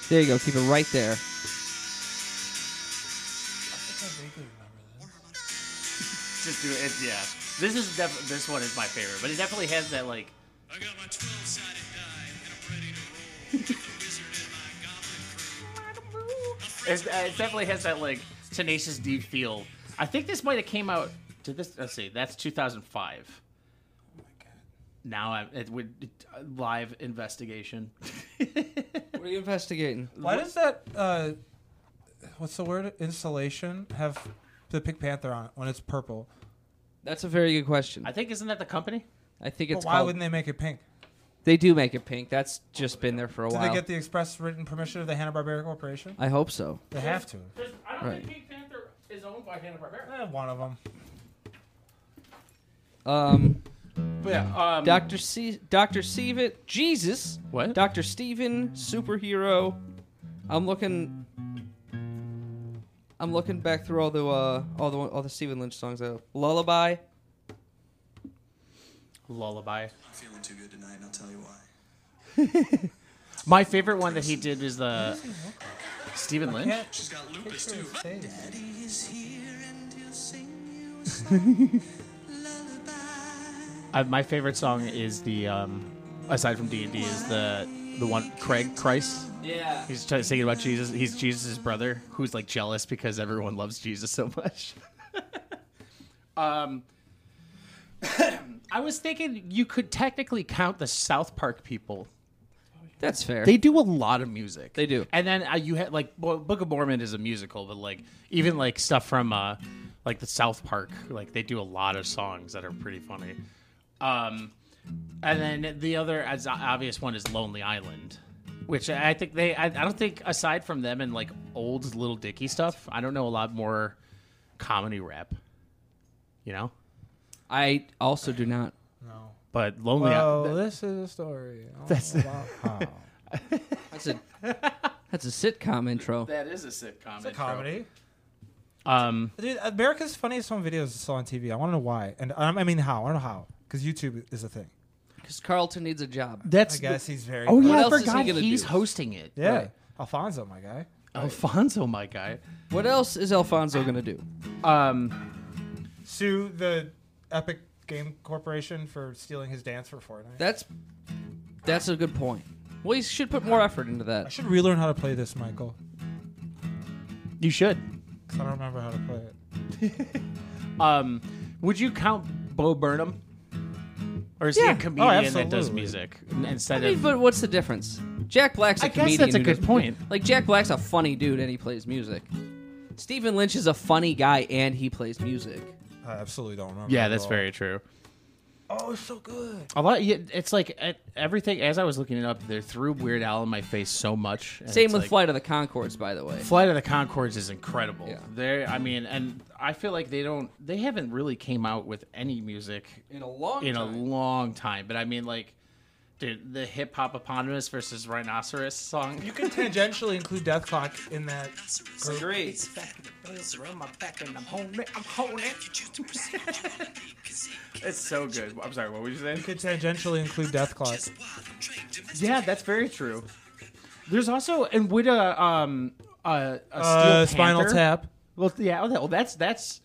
Speaker 2: There you go. Keep it right there.
Speaker 3: Just do it. Yeah. This is def- this one is my favorite, but it definitely has that like
Speaker 9: I got my 12 sided die and I'm ready to roll. With the wizard and my goblin crew.
Speaker 3: it's, uh, it definitely has that like tenacious D feel. I think this might have came out. Did this? Let's see. That's 2005. Now I'm it would it- uh, live investigation.
Speaker 2: What are you investigating?
Speaker 5: Why does that? Uh, what's the word? Insulation have the Pink Panther on it when it's purple.
Speaker 2: That's a very good question.
Speaker 3: I think isn't that the company?
Speaker 2: I think
Speaker 5: But
Speaker 2: it's
Speaker 5: why
Speaker 2: called.
Speaker 5: wouldn't they make it pink?
Speaker 2: They do make it pink. That's just been there for a
Speaker 5: Did
Speaker 2: while.
Speaker 5: they get the express written permission of the Hanna Barbera Corporation?
Speaker 2: I hope so.
Speaker 5: They have to.
Speaker 3: I don't
Speaker 2: Right.
Speaker 3: Pink Panther is owned by Hanna Barbera.
Speaker 5: Eh, one of them.
Speaker 2: Um,
Speaker 3: But yeah, um,
Speaker 2: Doctor C, Doctor Sievit, Jesus,
Speaker 3: What?
Speaker 2: Doctor Steven, superhero. I'm looking. I'm looking back through all the uh, all the all the Stephen Lynch songs. Though. Lullaby.
Speaker 3: Lullaby.
Speaker 9: I'm feeling too good tonight and I'll tell you why.
Speaker 3: My favorite one that he did is the Stephen Lynch.
Speaker 5: Yeah.
Speaker 9: She's got lupus too. Daddy is here and he'll sing you a lullaby.
Speaker 3: I, my favorite song is the um, aside from D and D is the the one Craig Christ.
Speaker 2: Yeah.
Speaker 3: He's trying, singing about Jesus. He's Jesus' brother who's like jealous because everyone loves Jesus so much. um, I was thinking you could technically count the South Park people.
Speaker 2: That's fair.
Speaker 3: They do a lot of music.
Speaker 2: They do.
Speaker 3: And then uh, you had like well, Book of Mormon is a musical, but like even like stuff from uh, like the South Park, like they do a lot of songs that are pretty funny. Um, and then the other as obvious one is Lonely Island, which I think they. I, I don't think aside from them and like old Little Dicky stuff, I don't know a lot more comedy rap. You know,
Speaker 2: I also do not.
Speaker 5: No.
Speaker 3: but Lonely
Speaker 5: Well,
Speaker 3: Island.
Speaker 5: this is a story. That's about how.
Speaker 2: That's a that's a sitcom intro.
Speaker 3: That is a sitcom. It's
Speaker 5: comedy.
Speaker 3: Um,
Speaker 5: Dude, America's Funniest Home Videos is still on TV. I want to know why, and um, I mean how. I don't know how because YouTube is a thing.
Speaker 2: Because Carlton needs a job.
Speaker 5: I
Speaker 3: that's
Speaker 5: guess he's very.
Speaker 3: Oh yeah,
Speaker 2: What
Speaker 3: I
Speaker 2: else is he
Speaker 3: forgot
Speaker 2: gonna
Speaker 3: he's
Speaker 2: do?
Speaker 3: hosting it.
Speaker 5: yeah.
Speaker 2: Right.
Speaker 5: Alfonso, my guy.
Speaker 3: Alfonso, my guy.
Speaker 2: What else is Alfonso gonna do?
Speaker 3: Um,
Speaker 5: Sue the Epic Game Corporation for stealing his dance for Fortnite.
Speaker 2: That's that's a good point. Well, he should put more effort into
Speaker 5: I
Speaker 2: that.
Speaker 5: should relearn how to play this, Michael,
Speaker 3: you should.
Speaker 5: because I don't remember how to play it.
Speaker 3: Um, would you count Bo Burnham? Or is he
Speaker 2: Yeah.
Speaker 3: a
Speaker 2: Oh,
Speaker 3: comedian that does
Speaker 5: absolutely.
Speaker 3: music instead
Speaker 2: I mean,
Speaker 3: of?
Speaker 2: but what's the difference? Jack Black's a
Speaker 3: I guess
Speaker 2: comedian.
Speaker 3: that's a
Speaker 2: who
Speaker 3: good
Speaker 2: does-
Speaker 3: point.
Speaker 2: Like Jack Black's a funny dude and he plays music. Stephen Lynch is a funny guy and he plays music.
Speaker 5: I absolutely don't remember.
Speaker 3: Yeah,
Speaker 5: at
Speaker 3: that's
Speaker 5: all.
Speaker 3: very true.
Speaker 5: Oh, it's so good.
Speaker 3: A lot. yeah, It's like uh, everything. As I was looking it up, they threw Weird Al in my face so much. and
Speaker 2: Same
Speaker 3: it's
Speaker 2: with
Speaker 3: like-
Speaker 2: Flight of the Concords, by the way.
Speaker 3: Flight of the Concords is incredible.
Speaker 2: Yeah.
Speaker 3: They're, I mean, and I feel like they don't, they haven't really came out with any music
Speaker 2: In a long
Speaker 3: in a
Speaker 2: time.
Speaker 3: long time. But I mean, like, dude, the hip hop eponymous versus rhinoceros song.
Speaker 5: You can tangentially include Death Clock in that.
Speaker 2: Agreed.
Speaker 3: It's so good. I'm sorry, what were you
Speaker 5: You
Speaker 3: saying?
Speaker 5: could tangentially include Death Clock.
Speaker 3: Yeah, that's very true. There's also, and with a, um, a, a Steel
Speaker 5: Uh, Spinal
Speaker 3: Panther-
Speaker 5: Tap.
Speaker 3: Well, yeah, well, that's that's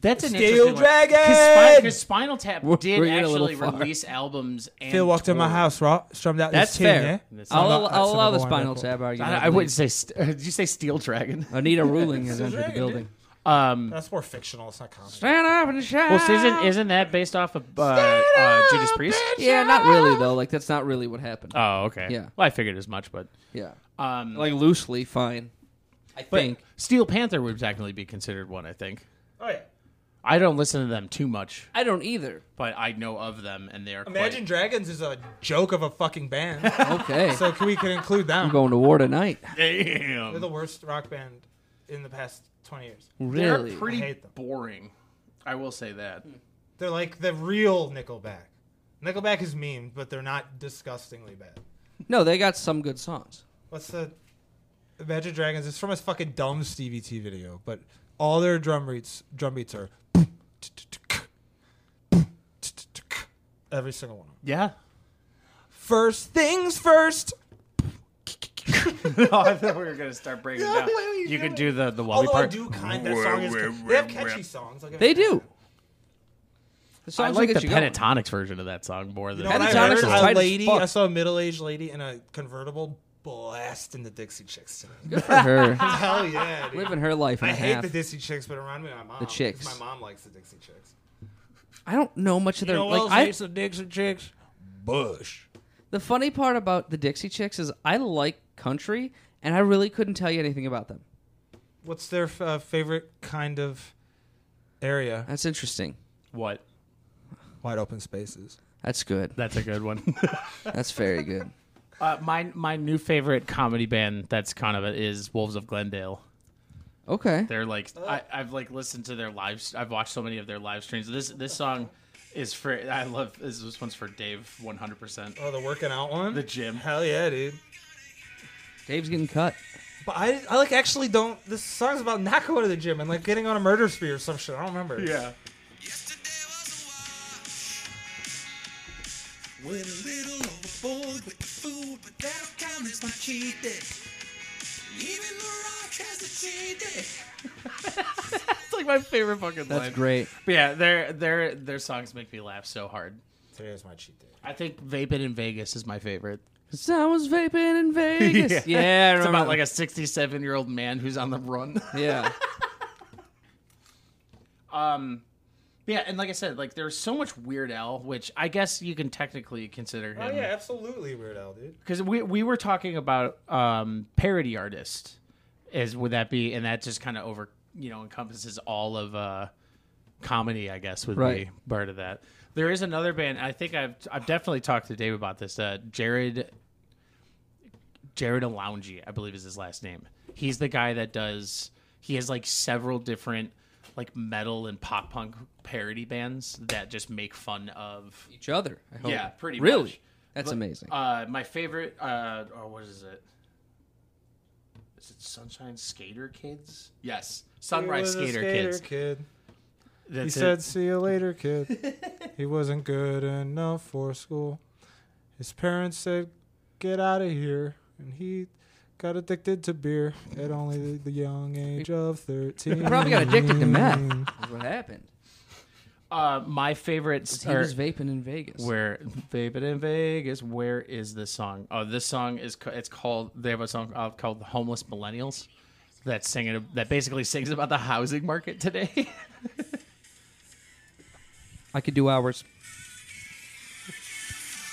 Speaker 3: that's an
Speaker 5: Steel
Speaker 3: interesting
Speaker 5: Dragon!
Speaker 3: Because Spinal Tap
Speaker 2: We're-
Speaker 3: did
Speaker 2: we're getting a little
Speaker 3: actually
Speaker 2: far.
Speaker 3: release albums. And
Speaker 5: Phil walked in my
Speaker 3: toured.
Speaker 5: house, raw, strummed out
Speaker 2: That's
Speaker 5: his chin,
Speaker 2: fair.
Speaker 5: yeah?
Speaker 2: I'll,
Speaker 5: That's
Speaker 2: I'll allow the
Speaker 5: number one
Speaker 2: Spinal
Speaker 5: record.
Speaker 2: Tap argument.
Speaker 3: I, I wouldn't say. St- uh, did you say Steel Dragon?
Speaker 2: Anita Ruling has entered the
Speaker 5: dragon,
Speaker 2: building.
Speaker 3: Um,
Speaker 5: That's more fictional. It's not comedy.
Speaker 2: Stand up and shout.
Speaker 3: well, so isn't isn't that based off of uh, uh, Judas Priest?
Speaker 2: Yeah, not really though. Like that's not really what happened.
Speaker 3: Oh, okay.
Speaker 2: Yeah.
Speaker 3: Well, I figured as much, but
Speaker 2: yeah,
Speaker 3: um,
Speaker 2: like loosely, fine. I
Speaker 3: but
Speaker 2: think.
Speaker 3: Steel Panther would technically be considered one. I think.
Speaker 5: Oh yeah.
Speaker 3: I don't listen to them too much,
Speaker 2: I don't either.
Speaker 3: but I know of them, and they are.
Speaker 5: Imagine Dragons is a joke of a fucking band.
Speaker 2: Okay.
Speaker 5: so can we can include
Speaker 2: I'm
Speaker 5: them.
Speaker 2: going to war tonight.
Speaker 3: quite, damn,
Speaker 5: They're the worst rock band in the past 20 years.
Speaker 3: they're
Speaker 2: Really? Hmm.
Speaker 3: pretty
Speaker 5: I hate them.
Speaker 3: boring. I will say that.
Speaker 5: They're like the real Nickelback. Nickelback is memed, but they're not disgustingly bad.
Speaker 2: No, they got some good songs.
Speaker 5: What's the Imagine Dragons? It's from a fucking dumb Stevie T video, but all their drum beats, drum beats are every single one. of them.
Speaker 3: Yeah.
Speaker 5: First things first.
Speaker 3: I thought we were gonna start breaking it down.
Speaker 5: why are you
Speaker 3: You,
Speaker 5: doing
Speaker 3: could
Speaker 5: it?
Speaker 3: do the the Wally
Speaker 5: Although I
Speaker 3: part.
Speaker 5: do kind of that song is they have catchy songs. I'll give it
Speaker 2: They
Speaker 5: to them.
Speaker 2: do. The songs
Speaker 3: I
Speaker 2: will
Speaker 3: like
Speaker 2: get
Speaker 3: the
Speaker 2: you going.
Speaker 3: pentatonics version of that song more than
Speaker 5: You know what I
Speaker 2: Pentatonics
Speaker 5: heard?
Speaker 2: is
Speaker 5: A
Speaker 2: tight as
Speaker 5: lady,
Speaker 2: fuck.
Speaker 5: I saw a middle-aged lady in a convertible blasting the Dixie Chicks. Tonight.
Speaker 2: Good for her.
Speaker 5: Hell yeah! dude.
Speaker 2: Living her life and
Speaker 5: I
Speaker 2: a
Speaker 5: hate
Speaker 2: half.
Speaker 5: the Dixie Chicks, but it reminded me of my mom. 'cause
Speaker 2: Chicks.
Speaker 5: My mom likes the Dixie Chicks.
Speaker 2: I don't know much of their like. I,
Speaker 8: the Dixon chicks.
Speaker 5: Bush.
Speaker 2: the funny part about the Dixie Chicks is I like country, and I really couldn't tell you anything about them.
Speaker 5: What's their f- uh, favorite kind of area?
Speaker 2: That's interesting.
Speaker 3: what?
Speaker 5: Uh, Wide open spaces.
Speaker 2: That's good.
Speaker 3: That's a good one.
Speaker 2: That's very good.
Speaker 3: uh, my my new favorite comedy band that's kind of it is Wolves of Glendale.
Speaker 2: Okay.
Speaker 3: They're like I, I've like listened to their live. I've watched so many of their live streams. This this song is for I love this. This one's for Dave one hundred percent.
Speaker 5: Oh, the working out one.
Speaker 3: The gym.
Speaker 5: Hell yeah, dude.
Speaker 2: Dave's getting cut.
Speaker 5: But I, I like actually don't. This song's about not going to the gym and like getting on a murder spree or some shit. I don't remember.
Speaker 3: Yeah.
Speaker 9: Yesterday was a wash. Went a little overboard with the food, but that'll count as my cheat day. Even The Rock has a cheat day.
Speaker 3: It's like my favorite fucking
Speaker 2: That's
Speaker 3: line.
Speaker 2: great.
Speaker 3: But yeah, their their their songs make me laugh so hard.
Speaker 5: Today is my cheat day.
Speaker 3: I think Vaping in Vegas is my favorite.
Speaker 2: 'Cause I was vaping in Vegas. yeah. I
Speaker 3: It's
Speaker 2: remember
Speaker 3: about
Speaker 2: that.
Speaker 3: like a 67 year old man who's on the run.
Speaker 2: yeah.
Speaker 3: um, yeah, and like I said, like there's so much Weird Al, which I guess you can technically consider
Speaker 5: Oh
Speaker 3: him
Speaker 5: yeah, absolutely, Weird Al, dude.
Speaker 3: because we we were talking about um, parody artist is would that be and that just kind of over you know encompasses all of uh, comedy I guess would
Speaker 2: Right.
Speaker 3: be part of that. There is another band I think I've I've definitely talked to Dave about this. Uh, Jared Jared Aloungi, I believe is his last name. He's the guy that does he has like several different like metal and pop punk parody bands that just make fun of
Speaker 2: Each other. I hope.
Speaker 3: Yeah, pretty
Speaker 2: Really?
Speaker 3: much.
Speaker 2: That's
Speaker 3: But,
Speaker 2: amazing.
Speaker 3: Uh, my favorite, uh, or what is it? Is it Sunshine Skater Kids? Yes, Sunrise
Speaker 5: He was a
Speaker 3: Skater,
Speaker 5: skater
Speaker 3: Kids.
Speaker 5: Kid.
Speaker 3: That's
Speaker 5: He
Speaker 3: it.
Speaker 5: said, "See you later, kid." he wasn't good enough for school. His parents said, "Get out of here," and he got addicted to beer at only the, the young age of thirteen.
Speaker 2: Probably got addicted to meth. That's what happened.
Speaker 3: uh, "My favorite."
Speaker 2: He was vaping in Vegas.
Speaker 3: where Babe in Vegas? Where is this song? Oh, this song is ca- it's called. They have a song uh, called "Homeless Millennials" that singing that basically sings about the housing market today.
Speaker 2: I could do hours.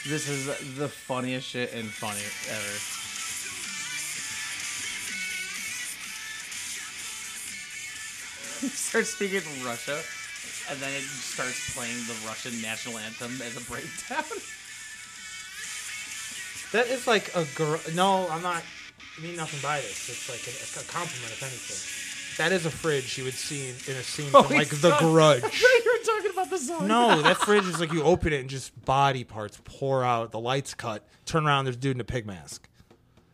Speaker 3: This is the funniest shit and funny ever. starts speaking Russia, and then it starts playing the Russian national anthem as a breakdown.
Speaker 5: That is like a girl. No, I'm not. I mean nothing by this. It's like a, a compliment, if anything. That is a fridge you would see in, in a scene
Speaker 3: Oh,
Speaker 5: from like The Grudge.
Speaker 3: You're talking about the song.
Speaker 5: No, that fridge is like you open it and just body parts pour out. The lights cut. Turn around, there's a dude in a pig mask.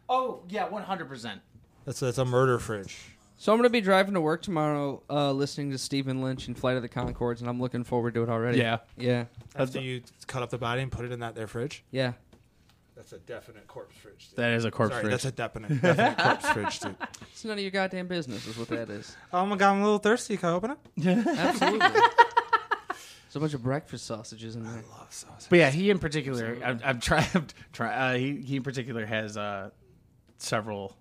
Speaker 3: Oh yeah, one hundred percent.
Speaker 5: That's that's a murder fridge.
Speaker 2: So I'm going to be driving to work tomorrow uh, listening to Stephen Lynch and Flight of the Concords, and I'm looking forward to it already.
Speaker 3: Yeah.
Speaker 2: Yeah.
Speaker 5: After you cut up the body and put it in that there fridge.
Speaker 2: Yeah.
Speaker 5: That's a definite corpse fridge. Dude.
Speaker 3: That is a corpse
Speaker 5: Sorry,
Speaker 3: fridge.
Speaker 5: that's a definite, definite corpse fridge, dude.
Speaker 2: It's none of your goddamn business, is what that is.
Speaker 5: Oh my god, I'm a little thirsty. Can I open it?
Speaker 2: Absolutely. There's a bunch of breakfast sausages in there.
Speaker 3: But yeah, he in particular, I'm, I'm trying. Try, uh, he he in particular has uh, several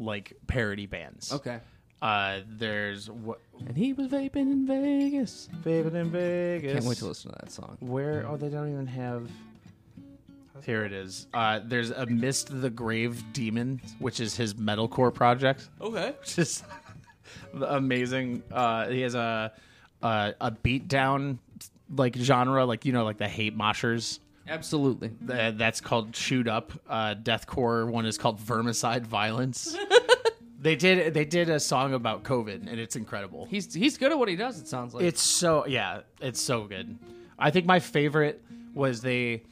Speaker 3: like parody bands.
Speaker 2: Okay.
Speaker 3: Uh, there's what
Speaker 2: And he was vaping in Vegas.
Speaker 3: David in Vegas.
Speaker 2: Can't wait to listen to that song.
Speaker 3: Where? Oh, they don't even have. Here it is. Uh, there's a Mist the Grave Demon, which is his metalcore project.
Speaker 5: Okay.
Speaker 3: Just amazing. Uh, he has a
Speaker 10: uh, a beatdown like genre, like you know, like the hate moshers.
Speaker 2: Absolutely.
Speaker 10: Th- that's called shoot up. Uh, deathcore one is called vermicide violence. they did they did a song about COVID, and it's incredible.
Speaker 2: He's he's good at what he does. It sounds like.
Speaker 10: It's so yeah, it's so good. I think my favorite was they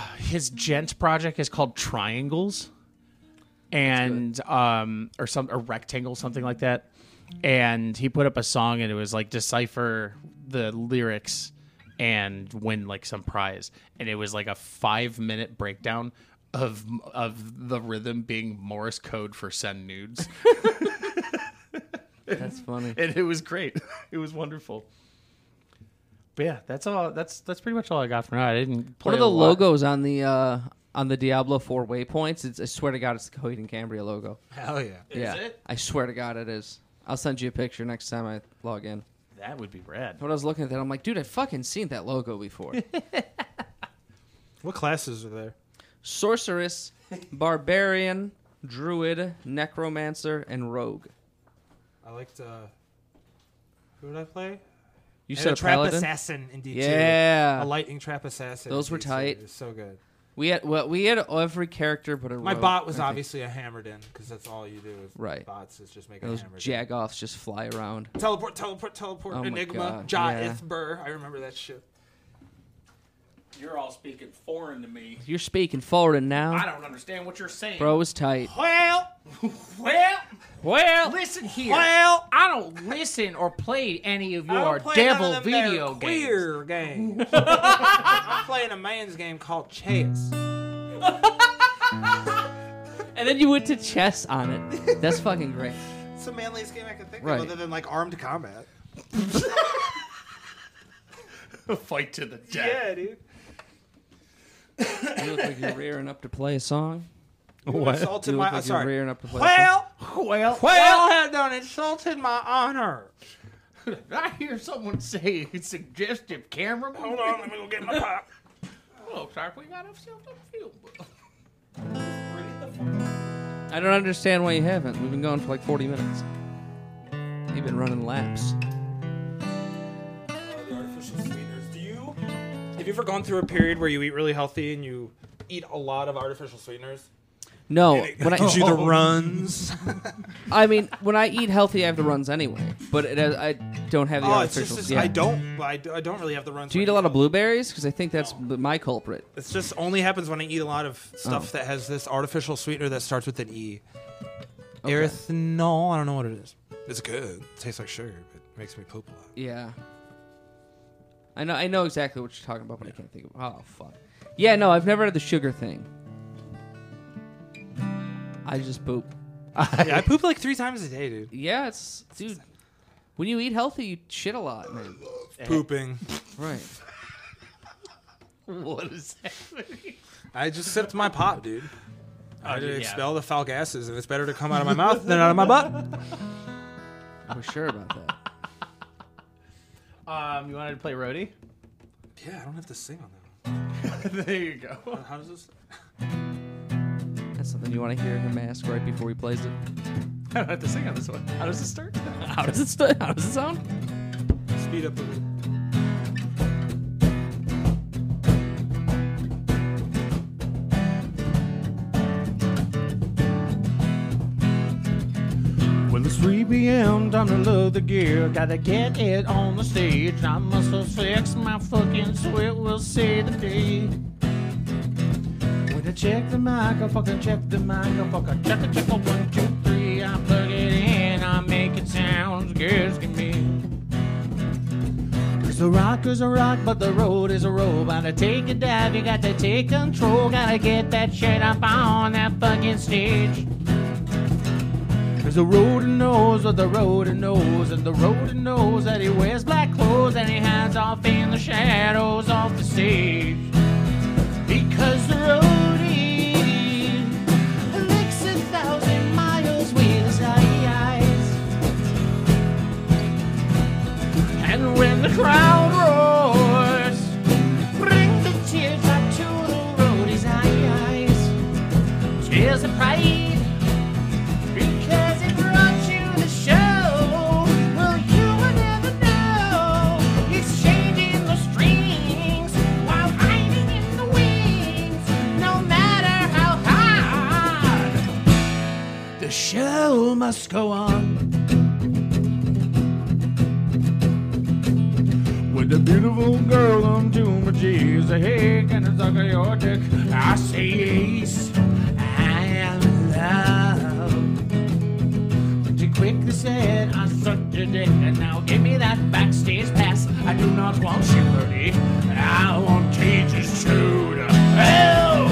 Speaker 10: his gent project is called Triangles and um or some or rectangle something like that. And he put up a song and it was like decipher the lyrics and win like some prize. And it was like a 5 minute breakdown of of the rhythm being Morse code for send nudes.
Speaker 2: That's funny.
Speaker 10: and it was great. It was wonderful. But yeah, that's all. That's that's pretty much all I got for now. I didn't play
Speaker 2: What are the
Speaker 10: a lot.
Speaker 2: logos on the uh, on the Diablo Four waypoints? It's, I swear to God, it's the Coheed and Cambria logo.
Speaker 3: Hell yeah.
Speaker 2: yeah,
Speaker 10: it?
Speaker 2: I swear to God, it is. I'll send you a picture next time I log in.
Speaker 10: That would be rad.
Speaker 2: When I was looking at that, I'm like, dude, I've fucking seen that logo before.
Speaker 5: What classes are there?
Speaker 2: Sorceress, barbarian, druid, necromancer, and rogue.
Speaker 5: I liked. Uh, who did I play?
Speaker 2: You
Speaker 5: And
Speaker 2: said
Speaker 5: a
Speaker 2: a
Speaker 5: trap
Speaker 2: paladin.
Speaker 5: assassin in D two.
Speaker 2: Yeah.
Speaker 5: a lightning trap assassin.
Speaker 2: Those
Speaker 5: in
Speaker 2: were
Speaker 5: D2.
Speaker 2: tight.
Speaker 5: It was so good.
Speaker 2: We had well, we had every character but a
Speaker 5: My
Speaker 2: rogue,
Speaker 5: bot was
Speaker 2: I think.
Speaker 5: obviously a hammered in because that's all you do is
Speaker 2: Right.
Speaker 5: bots is just make a
Speaker 2: Those
Speaker 5: hammered in.
Speaker 2: jagoffs just fly around.
Speaker 5: Teleport, teleport, teleport.
Speaker 2: Oh my
Speaker 5: Enigma,
Speaker 2: God,
Speaker 5: Ja
Speaker 2: yeah.
Speaker 5: Ith Burr. I remember that shit.
Speaker 3: You're all speaking foreign to me.
Speaker 2: You're speaking foreign now.
Speaker 3: don't understand what you're saying.
Speaker 2: Bro is tight.
Speaker 3: Well, well,
Speaker 2: Well,
Speaker 3: listen here.
Speaker 5: Well,
Speaker 3: I don't listen or play any of
Speaker 5: I
Speaker 3: your
Speaker 5: don't play
Speaker 3: devil
Speaker 5: none of them damn
Speaker 3: video games.
Speaker 5: Queer games. I'm playing a man's game called chess.
Speaker 2: and then you went to chess on it. That's fucking great.
Speaker 5: It's the manliest game I can think
Speaker 2: Right.
Speaker 5: of, other than like armed combat.
Speaker 10: Fight to the death.
Speaker 5: Yeah, dude.
Speaker 2: You look like you're rearing up to play a song.
Speaker 5: You insulted
Speaker 2: You look
Speaker 5: my.
Speaker 2: like you're
Speaker 5: sorry.
Speaker 2: rearing up to play a song.
Speaker 5: Well,
Speaker 3: Well,
Speaker 5: well, had done insulted my honor.
Speaker 3: I hear someone say suggestive camera. Hold on, let me go get my pop.
Speaker 10: Oh,
Speaker 3: Hello, Shark. We got ourselves a film.
Speaker 2: I don't understand why you haven't. We've been going for like 40 minutes. You've been running laps.
Speaker 5: the artificial sweeteners. Do you have you ever gone through a period where you eat really healthy and you eat a lot of artificial sweeteners?
Speaker 2: No, when I
Speaker 11: Gives you the
Speaker 5: Oh.
Speaker 11: runs.
Speaker 2: I mean, when I eat healthy, I have the runs anyway. But it, I don't have the
Speaker 5: Oh, it's
Speaker 2: artificial.
Speaker 5: just this,
Speaker 2: yeah.
Speaker 5: I don't I, do, I don't really have the runs.
Speaker 2: Do you eat a lot of blueberries? Because I think that's b- my culprit.
Speaker 5: It's just only happens when I eat a lot of stuff
Speaker 2: Oh.
Speaker 5: that has this artificial sweetener that starts with an E.
Speaker 2: Okay.
Speaker 5: Erythinol. I don't know what it is. It's good. It tastes like sugar, but it makes me poop a lot.
Speaker 2: Yeah. I know. I know exactly what you're talking about, but I can't think of. Oh fuck. Yeah, no, I've never had the sugar thing. I just poop.
Speaker 5: Yeah, I poop like three times a day, dude.
Speaker 2: Yeah, it's dude. When you eat healthy, you shit a lot, man.
Speaker 5: Pooping.
Speaker 2: Right.
Speaker 10: What is that?
Speaker 5: I just sipped my pop, dude.
Speaker 2: Oh,
Speaker 5: I
Speaker 10: dude,
Speaker 5: did
Speaker 10: yeah.
Speaker 5: expel the foul gases, and it's better to come out of my mouth than out of my butt.
Speaker 2: I was sure about that.
Speaker 10: Um, you wanted to play roadie?
Speaker 5: Yeah, I don't have to sing on that.
Speaker 10: there you go.
Speaker 5: one. How does this?
Speaker 2: That's something you want to hear him ask right before he plays it.
Speaker 10: I don't have to sing on this one. How does it start?
Speaker 2: How does it? St- how does it sound?
Speaker 5: Speed up a little.
Speaker 3: Well, it's 3 p.m., time to load the gear. Gotta get it on the stage. I must fix my fucking sweat. We'll see the day. When I check the mic, I fucking check the mic. I fucking check it, check it. One, two, three. I plug it in. I make it sound as good as can be. Cause the rock is a rock, but the road is a road. Gotta take a dive, you got to take control. Gotta get that shit up on that fucking stage. There's a road who knows what the road who knows, and the road who knows that he wears black clothes and he hides off in the shadows off the stage. Because the roadie licks a thousand miles with his eyes. And when the crowd roars, bring the tears up to the roadie's eyes. Tears of pride. Because it brought you the show. Well, you were never
Speaker 8: The show must go on. With a beautiful girl on Juma G's, hey, can I suck your dick? I say yes, I am in love. But you quickly said, I sucked your dick, and now give me that backstage pass. I do not want you, Bernie. I want cages too. to hell.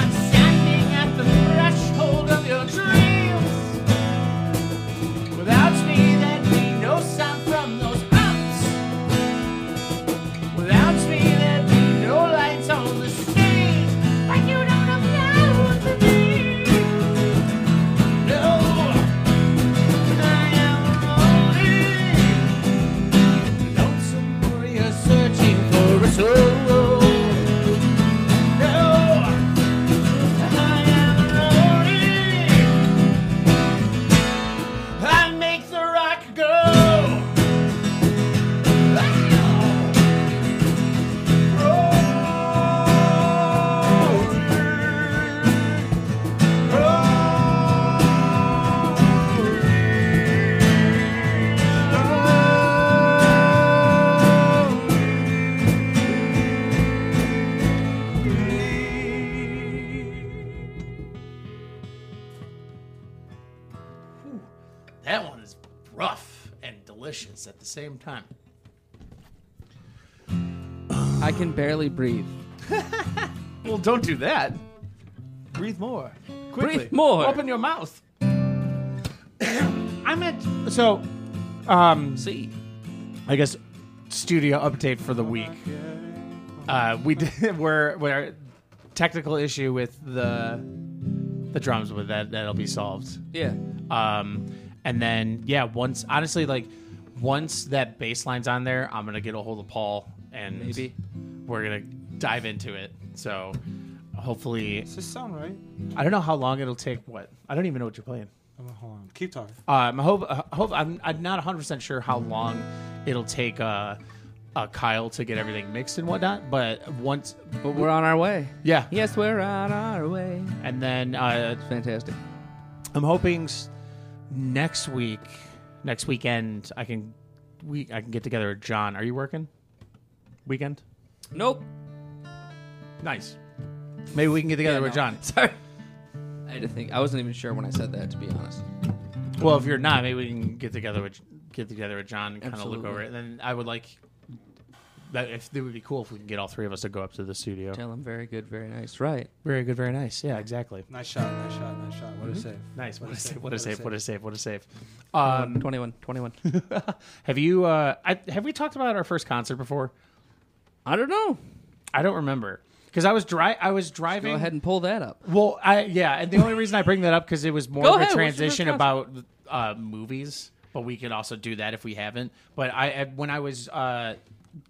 Speaker 8: I'm standing at the threshold of your dreams. Without me, there'd be no sound from those pumps. Without me, there'd be no lights on the stage. But you don't applaud to me. No, I am lonely. Lonesome warrior searching for a soul. No, I am lonely. I make the rock go.
Speaker 3: That one is rough and delicious at the same time.
Speaker 2: I can barely breathe.
Speaker 3: Well, don't do that. Breathe more. Quickly.
Speaker 2: Breathe more.
Speaker 3: Open your mouth. I'm at so um
Speaker 2: See,
Speaker 3: I guess studio update for the week. Uh, we did we're we're technical issue with the the drums, but that that'll be solved.
Speaker 2: yeah,
Speaker 3: Um, and then yeah, once honestly, like once that bass line's on there, I'm gonna get a hold of Paul and
Speaker 2: Maybe.
Speaker 3: we're gonna dive into it. So hopefully,
Speaker 5: Does this sound right?
Speaker 3: I don't know how long it'll take. What I don't even know what you're playing.
Speaker 5: Oh, hold on. Keep talking.
Speaker 3: Um, I hope, I hope I'm, I'm not 100 percent sure how long it'll take uh, uh, Kyle to get everything mixed and whatnot, but once,
Speaker 2: but we're on our way.
Speaker 3: yeah,
Speaker 2: Yes, we're on our way.
Speaker 3: and then uh,
Speaker 2: Fantastic.
Speaker 3: I'm hoping s- next week, next weekend, I can we I can get together with John. Are you working weekend?
Speaker 2: Nope.
Speaker 3: Nice. Maybe we can get together
Speaker 2: Yeah,
Speaker 3: with
Speaker 2: no.
Speaker 3: John.
Speaker 2: Sorry. I had to think. I wasn't even sure when I said that, to be honest.
Speaker 3: Well, if you're not, maybe we can get together with get together with John and kind of look
Speaker 2: Absolutely.
Speaker 3: over it. And then I would like that if it would be cool if we can get all three of us to go up to the studio.
Speaker 2: Tell him very good, very nice. Right.
Speaker 3: Very good, very nice. Yeah, exactly.
Speaker 5: Nice shot. Nice shot. Nice shot. What a save.
Speaker 3: Nice. What a save! What a
Speaker 5: a
Speaker 3: save!
Speaker 5: save.
Speaker 3: What a save! What a save! Um,
Speaker 2: 21, 21.
Speaker 3: have you? Uh, I, have we talked about our first concert before?
Speaker 2: I don't know.
Speaker 3: I don't remember because I was dry. I was driving.
Speaker 2: Go ahead and pull that up.
Speaker 3: Well, I yeah, and the only reason I bring that up because it was more
Speaker 2: Go
Speaker 3: of a
Speaker 2: ahead, what's your first
Speaker 3: transition about uh, movies, but we could also do that if we haven't. But I I- when I was uh,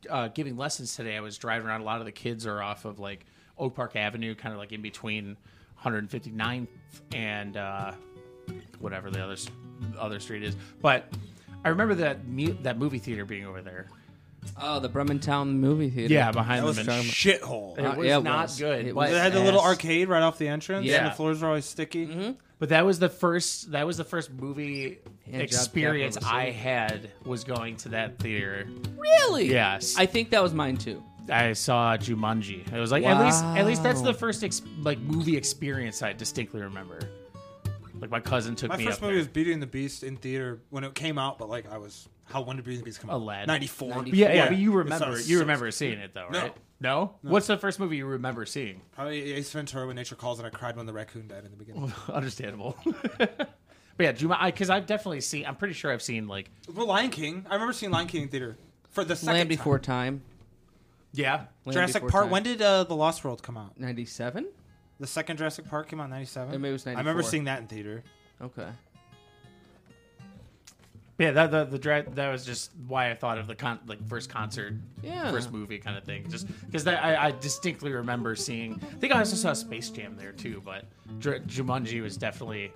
Speaker 3: uh, giving lessons today, I was driving around. A lot of the kids are off of like Oak Park Avenue, kind of like in between 159th and uh, whatever the other s- other street is. But I remember that mu- that movie theater being over there.
Speaker 2: Oh, the Bremen Town movie theater.
Speaker 3: Yeah, behind
Speaker 5: was
Speaker 3: the Min-
Speaker 5: Shithole.
Speaker 3: It
Speaker 2: Uh,
Speaker 3: was
Speaker 2: yeah, it
Speaker 3: not
Speaker 2: was.
Speaker 3: good.
Speaker 2: It
Speaker 3: but-
Speaker 5: They
Speaker 2: was
Speaker 5: had the little
Speaker 2: ass.
Speaker 5: arcade right off the entrance, and
Speaker 3: Yeah.
Speaker 5: the floors were always sticky.
Speaker 3: But that was the first. That was the first movie
Speaker 2: job
Speaker 3: experience
Speaker 2: capital
Speaker 3: I
Speaker 2: receipt.
Speaker 3: had was going to that theater.
Speaker 2: Really?
Speaker 3: Yes.
Speaker 2: I think that was mine too.
Speaker 3: I saw Jumanji. It was like at least at least that's the first ex- like movie experience I distinctly remember. Like my cousin took
Speaker 5: My
Speaker 3: me
Speaker 5: first
Speaker 3: up
Speaker 5: movie
Speaker 3: there.
Speaker 5: was Beauty and the Beast in theater when it came out, but like I was how when did Beauty and the Beast come
Speaker 3: A
Speaker 5: out?
Speaker 3: lad.
Speaker 5: Ninety four.
Speaker 3: yeah, yeah,
Speaker 5: yeah.
Speaker 3: but you
Speaker 5: It's
Speaker 3: remember
Speaker 5: always
Speaker 3: you
Speaker 5: so-
Speaker 3: remember seeing it though,
Speaker 5: No.
Speaker 3: right? No? What's the first movie you remember seeing?
Speaker 5: Probably Ace Ventura when Nature Calls, and I cried when the raccoon died in the beginning.
Speaker 3: Understandable. but yeah, Jumanji because I've definitely seen. I'm pretty sure I've seen like
Speaker 5: Well, Lion King. I remember seeing Lion King in theater for the second
Speaker 2: Land
Speaker 5: time.
Speaker 2: Before Time.
Speaker 3: yeah.
Speaker 2: Land
Speaker 5: Jurassic
Speaker 2: Before
Speaker 5: Park.
Speaker 2: Time.
Speaker 5: When did uh, the Lost World come out?
Speaker 2: 97?
Speaker 5: The second Jurassic Park came out in ninety seven.
Speaker 2: Maybe it was
Speaker 5: I remember
Speaker 2: 94.
Speaker 5: seeing that in theater.
Speaker 2: Okay.
Speaker 3: Yeah, that the, the dra- that was just why I thought of the con- like first concert,
Speaker 2: Yeah.
Speaker 3: first movie kind of thing. Just because I, I distinctly remember seeing. I think I also saw Space Jam there too, but Dr- Jumanji was definitely.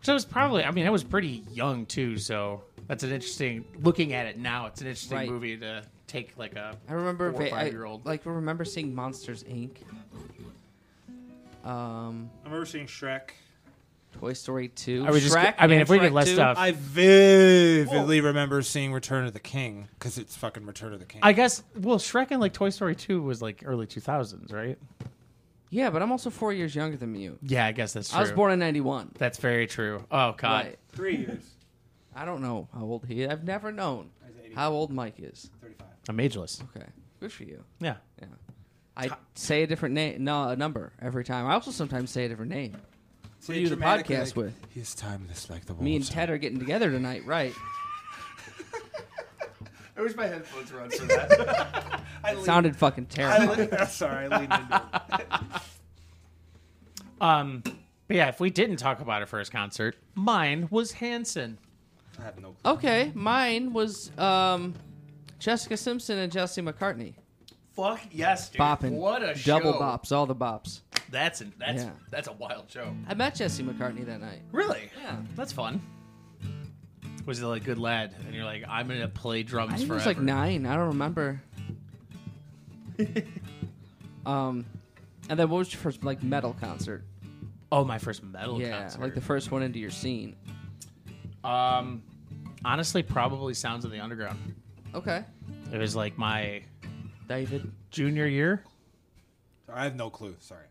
Speaker 3: So it was probably. I mean, I was pretty young too, so that's an interesting. Looking at it now, it's an interesting
Speaker 2: Right.
Speaker 3: movie to take like a.
Speaker 2: I remember
Speaker 3: four or
Speaker 2: va- I,
Speaker 3: five year old.
Speaker 2: like I remember seeing Monsters Inc. Um,
Speaker 5: I remember seeing Shrek.
Speaker 2: Toy Story Two.
Speaker 3: I was just-
Speaker 2: Shrek
Speaker 3: I mean,
Speaker 2: and
Speaker 3: if we could
Speaker 2: Shrek
Speaker 3: list
Speaker 2: 2.
Speaker 3: off-
Speaker 5: I vividly remember seeing Return of the King because it's fucking Return of the King.
Speaker 3: I guess well, Shrek and like Toy Story Two was like early two thousands, right?
Speaker 2: Yeah, but I'm also four years younger than you.
Speaker 3: Yeah, I guess that's true.
Speaker 2: I was born in '91.
Speaker 3: That's very true. Oh God,
Speaker 2: Right.
Speaker 12: Three years.
Speaker 2: I don't know how old he. is. I've never known how old Mike is.
Speaker 3: I'm ageless.
Speaker 2: Okay, good for you.
Speaker 3: Yeah,
Speaker 2: I say a different name, no, a number every time. I also sometimes say a different name. What do you do the
Speaker 5: dramatically,
Speaker 2: podcast
Speaker 5: like,
Speaker 2: with?
Speaker 5: He is timeless like the
Speaker 2: Me and Ted are getting together tonight, right?
Speaker 5: I wish my headphones were on for that.
Speaker 2: It sounded fucking terrible.
Speaker 5: Sorry, I leaned into it.
Speaker 3: Um, but yeah, if we didn't talk about her first concert, mine was Hanson.
Speaker 5: I have no clue.
Speaker 2: Okay, mine was um, Jessica Simpson and Jesse McCartney
Speaker 5: Fuck yes, dude.
Speaker 2: bopping.
Speaker 5: What a
Speaker 2: double
Speaker 5: show.
Speaker 2: bops, all the bops.
Speaker 5: That's an, that's
Speaker 2: Yeah.
Speaker 5: that's a wild show.
Speaker 2: I met Jesse McCartney that night.
Speaker 5: Really?
Speaker 2: Yeah,
Speaker 3: That's fun. Was it like good lad? And you're like, I'm gonna play drums
Speaker 2: I think
Speaker 3: forever.
Speaker 2: it was like nine. I don't remember. um, and then what was your first like metal concert?
Speaker 3: oh, my first metal
Speaker 2: yeah,
Speaker 3: concert.
Speaker 2: like the first one into your scene.
Speaker 3: um, honestly, probably Sounds of the Underground.
Speaker 2: Okay,
Speaker 3: It was like my
Speaker 2: David.
Speaker 3: junior year.
Speaker 5: I have no clue. Sorry.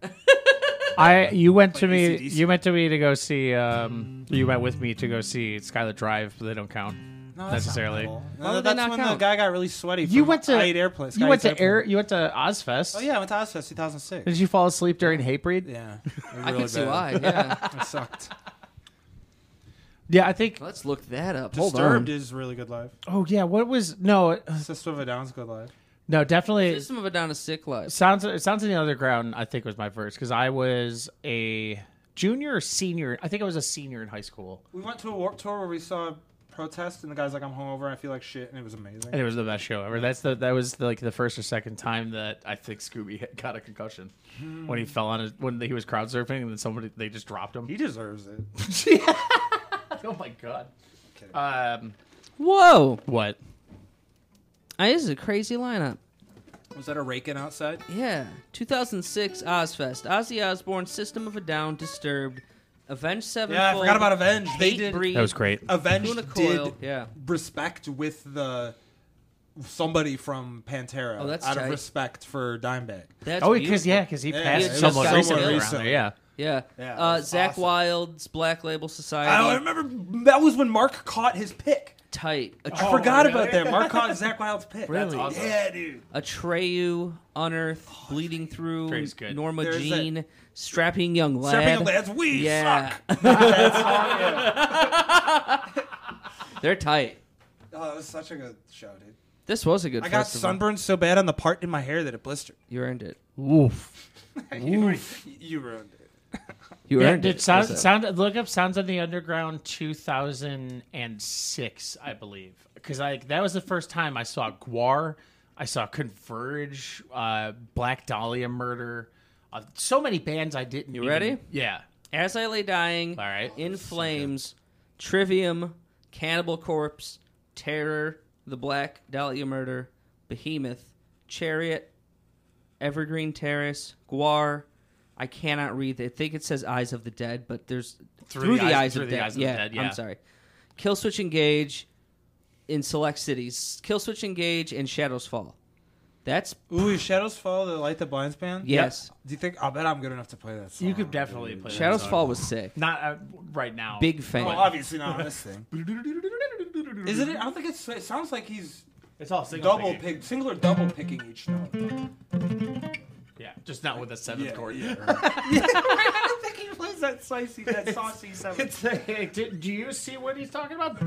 Speaker 3: I you went to me
Speaker 5: AC/DC.
Speaker 3: you went to me to go see um you went with me to go see Skylar Drive but they don't count necessarily.
Speaker 2: Why would they
Speaker 5: that's
Speaker 2: not
Speaker 5: when the
Speaker 2: count?
Speaker 5: guy got really sweaty.
Speaker 3: You
Speaker 5: from
Speaker 3: went to
Speaker 5: Eight Airplanes.
Speaker 3: You went to air. You went to Ozfest.
Speaker 5: Oh yeah, I went to Ozfest 2006.
Speaker 3: Did you fall asleep during Hatebreed?
Speaker 5: Yeah,
Speaker 2: I can see why. Yeah,
Speaker 5: It sucked.
Speaker 3: Yeah, I think.
Speaker 2: let's look that up. Hold
Speaker 5: Disturbed
Speaker 2: on.
Speaker 5: is really good live.
Speaker 3: Oh yeah, what was no, uh,
Speaker 5: System of a Down's good live.
Speaker 3: no, definitely.
Speaker 2: System of a Down is sick life.
Speaker 3: Sounds sounds in the other ground. I think was my first because I was a junior or senior. I think I was a senior in high school,
Speaker 5: We went to a Warp Tour where we saw a protest, and the guy's like, "I'm hungover, and I feel like shit," and it was amazing.
Speaker 3: and it was the best show ever. That's the that was like the first or second time that I think Scooby had got a concussion when he fell on his, when he was crowd surfing and then somebody they just dropped him.
Speaker 5: He deserves it.
Speaker 3: oh my god.
Speaker 5: kidding.
Speaker 3: Um,
Speaker 2: Whoa,
Speaker 3: what?
Speaker 2: I, this is a crazy lineup.
Speaker 5: Was that a raking outside?
Speaker 2: Yeah, 2006 Ozfest. Ozzy Osbourne, System of a Down, Disturbed, Avenged Sevenfold.
Speaker 5: Yeah, I forgot about Avenge. They did
Speaker 2: Hatebreed,
Speaker 3: That was great.
Speaker 5: Avenge
Speaker 2: Luna Coil.
Speaker 5: did
Speaker 2: Yeah.
Speaker 5: respect with the somebody from Pantera
Speaker 2: Oh, that's
Speaker 5: out
Speaker 2: tight.
Speaker 5: of respect for Dimebag.
Speaker 2: That's
Speaker 3: Oh, because
Speaker 2: beautiful.
Speaker 3: yeah, because he
Speaker 5: Yeah,
Speaker 3: passed
Speaker 2: yeah, just
Speaker 3: someone
Speaker 2: got
Speaker 3: recently.
Speaker 2: killed.
Speaker 3: around
Speaker 5: Recently.
Speaker 3: there, yeah.
Speaker 2: Yeah.
Speaker 5: Yeah,
Speaker 2: uh,
Speaker 5: that's
Speaker 2: Zach
Speaker 5: awesome.
Speaker 2: Wilde's Black Label Society.
Speaker 5: I remember that was when Mark caught his pick.
Speaker 2: Tight. A
Speaker 5: I forgot about that. Mark caught Zach Wilde's pick.
Speaker 2: Oh, Really?
Speaker 5: That's awesome. Yeah, dude.
Speaker 2: Atreyu, Unearth, Bleeding Through,
Speaker 3: Atreyu's good.
Speaker 2: Norma
Speaker 5: There's that-
Speaker 2: Jean, Strapping Young Lad.
Speaker 5: Strapping Young Lads, we
Speaker 2: yeah. They're tight.
Speaker 5: Oh, it was such a good show, dude.
Speaker 2: This was a good
Speaker 5: I got
Speaker 2: festival.
Speaker 5: sunburned so bad on the part in my hair that it blistered.
Speaker 2: You earned it.
Speaker 3: Oof.
Speaker 5: You ruined it.
Speaker 2: You
Speaker 3: Yeah,
Speaker 2: earned
Speaker 3: dude,
Speaker 2: it.
Speaker 3: sound,
Speaker 2: Also.
Speaker 3: sound, look up Sounds of the Underground 2006, I believe. Because like that was the first time I saw Guar, I saw Converge, uh, Black Dahlia Murder. Uh, so many bands I didn't.
Speaker 2: You
Speaker 3: even-
Speaker 2: ready?
Speaker 3: Yeah.
Speaker 2: As I Lay Dying,
Speaker 3: All right.
Speaker 2: In Flames, Trivium, Cannibal Corpse, Terror, The Black Dahlia Murder, Behemoth, Chariot, Evergreen Terrace, Guar. I cannot read. it. I think it says Eyes of the Dead, but there's Through, the, eyes,
Speaker 3: Through
Speaker 2: of,
Speaker 3: the
Speaker 2: dead.
Speaker 3: Eyes of the
Speaker 2: yeah,
Speaker 3: Dead, yeah.
Speaker 2: I'm sorry. Kill Switch Engage in select cities. Kill Switch Engage and Shadows Fall. That's
Speaker 5: Ooh, is Shadows Fall, the Light That Blinds band?
Speaker 2: yes.
Speaker 5: Do you think? I bet I'm good enough to play that song.
Speaker 3: You could definitely play that
Speaker 2: Shadows
Speaker 3: song.
Speaker 2: Fall was sick.
Speaker 3: Not uh, right now.
Speaker 2: Big fan.
Speaker 5: Oh, obviously not on this thing. Isn't it? I don't think it's. It sounds like he's
Speaker 3: It's all single
Speaker 5: double
Speaker 3: picking.
Speaker 5: pick, single or double picking each note.
Speaker 3: Yeah, just not with a seventh chord.
Speaker 5: I think he plays that spicy, that saucy seven.
Speaker 3: It's like, do, do you see what he's talking about?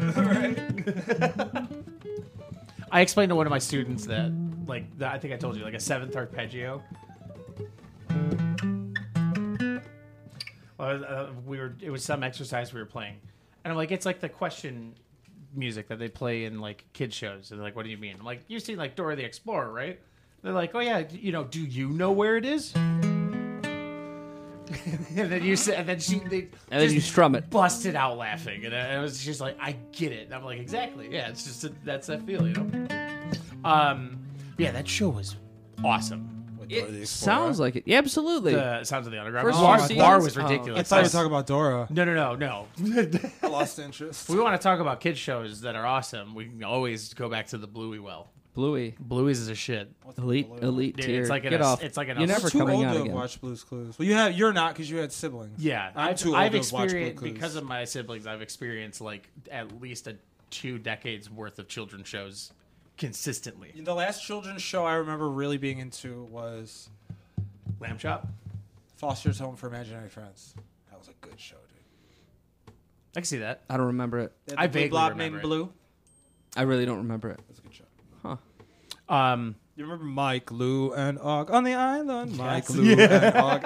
Speaker 3: I explained to one of my students that, like, that I think I told you, like a seventh arpeggio. Well, uh, we were, it was some exercise we were playing, and I'm like, it's like the question music that they play in like kid shows. And they're like, what do you mean? I'm like, you've seen like Dora the Explorer, right? They're like, oh yeah, you know, do you know where it is? and then you said, and then she, they,
Speaker 2: and then you strum it.
Speaker 3: busted out laughing, and I, I was just like, I get it. And I'm like, exactly, yeah. It's just a, that's that feel, you know. Um, yeah, that show was awesome.
Speaker 7: about Dora the
Speaker 2: It
Speaker 7: Explorer.
Speaker 2: sounds like it. Yeah, absolutely.
Speaker 3: The Sounds of the Underground.
Speaker 2: First
Speaker 3: bar,
Speaker 2: two
Speaker 3: bar
Speaker 2: seasons?
Speaker 3: was
Speaker 2: Oh.
Speaker 3: ridiculous.
Speaker 5: I thought you
Speaker 3: I-
Speaker 5: were talking about Dora.
Speaker 3: no, no, no, no.
Speaker 7: I lost interest.
Speaker 3: we want to talk about kids shows that are awesome. We can always go back to the Bluey well.
Speaker 2: Bluey,
Speaker 3: Bluey's is a shit.
Speaker 2: elite, elite
Speaker 3: Dude,
Speaker 2: tier.
Speaker 3: it's like an
Speaker 2: Get
Speaker 3: ass-
Speaker 2: off.
Speaker 3: it's like an
Speaker 2: You're
Speaker 3: ass-
Speaker 2: never
Speaker 5: too
Speaker 2: coming
Speaker 5: old
Speaker 2: out
Speaker 5: to have
Speaker 2: again.
Speaker 5: watched Blue's Clues. Well, you have. You're not because you had siblings.
Speaker 3: Yeah,
Speaker 5: I'm
Speaker 3: I've,
Speaker 5: too old
Speaker 3: I've
Speaker 5: to watch Blue
Speaker 3: experienced
Speaker 5: Clues.
Speaker 3: because of my siblings. I've experienced like at least a two decades worth of children's shows consistently.
Speaker 5: The last children's show I remember really being into was
Speaker 3: Lamb Chop.
Speaker 5: Foster's Home for Imaginary Friends. That was a good show, dude.
Speaker 3: I can see that.
Speaker 2: I don't remember it.
Speaker 5: They had
Speaker 3: I
Speaker 5: the blue
Speaker 3: vaguely
Speaker 5: blob
Speaker 3: remember
Speaker 5: named
Speaker 3: it.
Speaker 5: Blue.
Speaker 2: I really don't remember it.
Speaker 5: That's a good show.
Speaker 3: Um,
Speaker 5: You remember Mike, Lou, and Og on the island? Mike, Lou, and Og.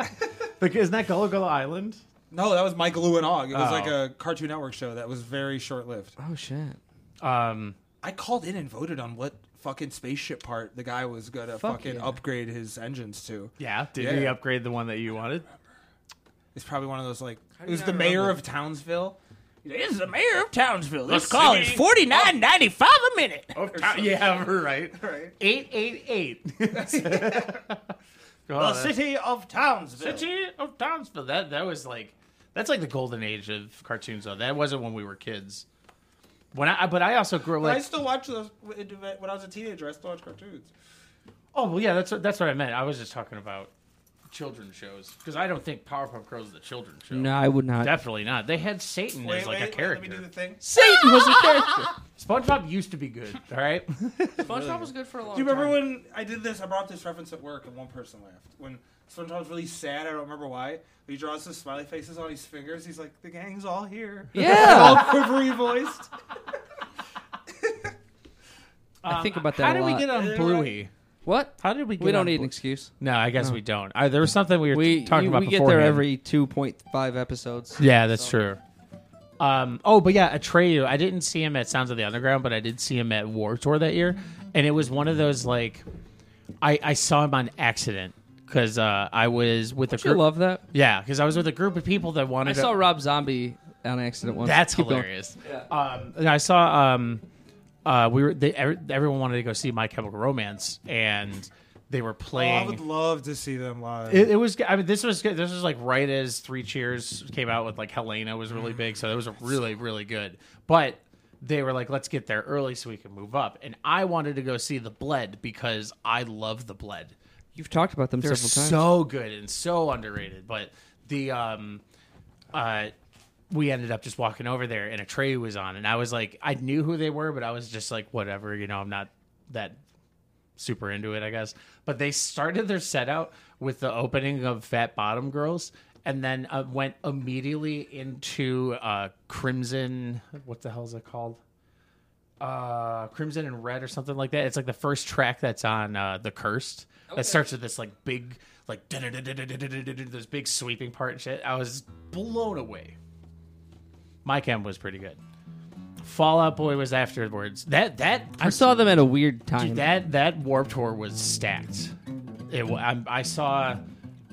Speaker 3: like, isn't that Gullah Gullah Island?
Speaker 5: No, that was Mike, Lou, and Og. It was
Speaker 3: Oh.
Speaker 5: like a Cartoon Network show that was very short lived.
Speaker 2: Oh shit.
Speaker 3: Um,
Speaker 5: I called in and voted on what fucking spaceship part the guy was gonna
Speaker 2: Fuck
Speaker 5: fucking
Speaker 2: yeah.
Speaker 5: upgrade his engines to.
Speaker 3: yeah. Did
Speaker 5: Yeah.
Speaker 3: we upgrade the one that you wanted?
Speaker 5: It's probably one of those like it
Speaker 2: do you
Speaker 5: was
Speaker 2: not
Speaker 5: the mayor
Speaker 2: remember?
Speaker 5: of Townsville.
Speaker 1: This is the mayor of Townsville. This
Speaker 3: The
Speaker 1: call is
Speaker 3: singing
Speaker 1: forty nine ninety five a minute.
Speaker 3: Oh. yeah, we're right. Eight eight eight. Oh,
Speaker 1: The city of Townsville.
Speaker 3: City of Townsville. That that was like that's like the golden age of cartoons though. That wasn't when we were kids. When I but I also grew up
Speaker 5: But
Speaker 3: like
Speaker 5: I still watch those when I was a teenager. I still watch cartoons.
Speaker 3: oh well yeah that's what, that's what I meant. I was just talking about children's shows because I don't think Powerpuff Girls is a children's show.
Speaker 2: No, I would not.
Speaker 3: Definitely not. They had Satan as like a character.
Speaker 5: let me do the thing.
Speaker 2: Satan was a character.
Speaker 3: SpongeBob used to be good. All right.
Speaker 2: SpongeBob was good for a long
Speaker 5: Do you remember when I did this? I brought up this reference at work, and one person laughed. When sometimes really sad, I don't remember why. He draws some smiley faces on his fingers. He's like, "The gang's all here." all
Speaker 2: Yeah.
Speaker 5: quivery voiced.
Speaker 2: I think about that
Speaker 3: Uh, How
Speaker 2: a
Speaker 3: did we
Speaker 2: lot.
Speaker 3: get on
Speaker 5: Yeah,
Speaker 3: Bluey?
Speaker 2: what?
Speaker 3: How did we get?
Speaker 2: We
Speaker 3: on
Speaker 2: don't need an
Speaker 3: Blue-
Speaker 2: excuse.
Speaker 3: No, I guess we don't. I, there was something we were
Speaker 2: We
Speaker 3: talking
Speaker 2: you-
Speaker 3: about
Speaker 2: we get
Speaker 3: beforehand.
Speaker 2: there every two point five episodes.
Speaker 3: Yeah, that's true. Um, oh, but yeah, Atreyu. I didn't see him at Sounds of the Underground, but I did see him at War Tour that year, and it was one of those like, I, I saw him on accident because uh, I was with a
Speaker 2: You
Speaker 3: group.
Speaker 2: love that.
Speaker 3: yeah, because I was with a group of people that wanted.
Speaker 2: I saw
Speaker 3: to,
Speaker 2: Rob Zombie on accident once.
Speaker 3: that's
Speaker 2: Keep going.
Speaker 3: hilarious. Um, and I saw um, uh, we were they, every, everyone wanted to go see My Chemical Romance, and they were
Speaker 5: Oh, I
Speaker 3: playing.
Speaker 5: would love to see them live.
Speaker 3: It, it was. I mean, this was good. This was like right as Three Cheers came out with like Helena was
Speaker 2: Mm-hmm.
Speaker 3: really big, so it was really really good. But they were like, let's get there early so we can move up. And I wanted to go see the Bled because I love the Bled.
Speaker 2: You've talked about them
Speaker 3: They're
Speaker 2: several times.
Speaker 3: so good and so underrated. But the um, uh, we ended up just walking over there, and a tray was on, and I was like, I knew who they were, but I was just like, whatever, you know, I'm not that super into it, I guess. But they started their set out with the opening of Fat Bottom Girls, and then uh, went immediately into uh, Crimson. What the hell is it called? Uh, Crimson and Red or something like that. It's like the first track that's on uh, the Cursed that starts with this like big like this big sweeping part and shit. I was blown away. My cam was pretty good. Fallout Boy was afterwards. That that
Speaker 2: I saw them at a weird time.
Speaker 3: Dude, that that warp tour was stacked. It, wa- I'm- I, saw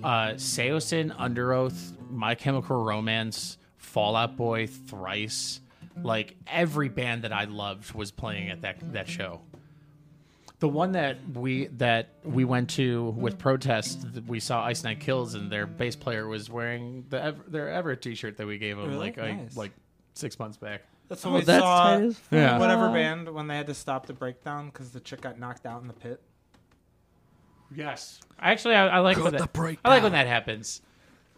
Speaker 3: uh, Seosin, Under Oath, My Chemical Romance, Fallout Boy, Thrice. Like every band that I loved was playing at that that show. The one that we that we went to with protest, th- we saw Ice Nine Kills, and their bass player was wearing the Ever, their Everett T-shirt that we gave him like like-
Speaker 5: Nice.
Speaker 3: like six months back.
Speaker 5: That's when
Speaker 2: Oh,
Speaker 5: we
Speaker 2: that's
Speaker 5: saw
Speaker 2: tight as fuck.
Speaker 3: Yeah.
Speaker 5: whatever band when they had to stop the breakdown because the chick got knocked out in the pit.
Speaker 3: Yes, actually, I, I like when that. I like when that happens.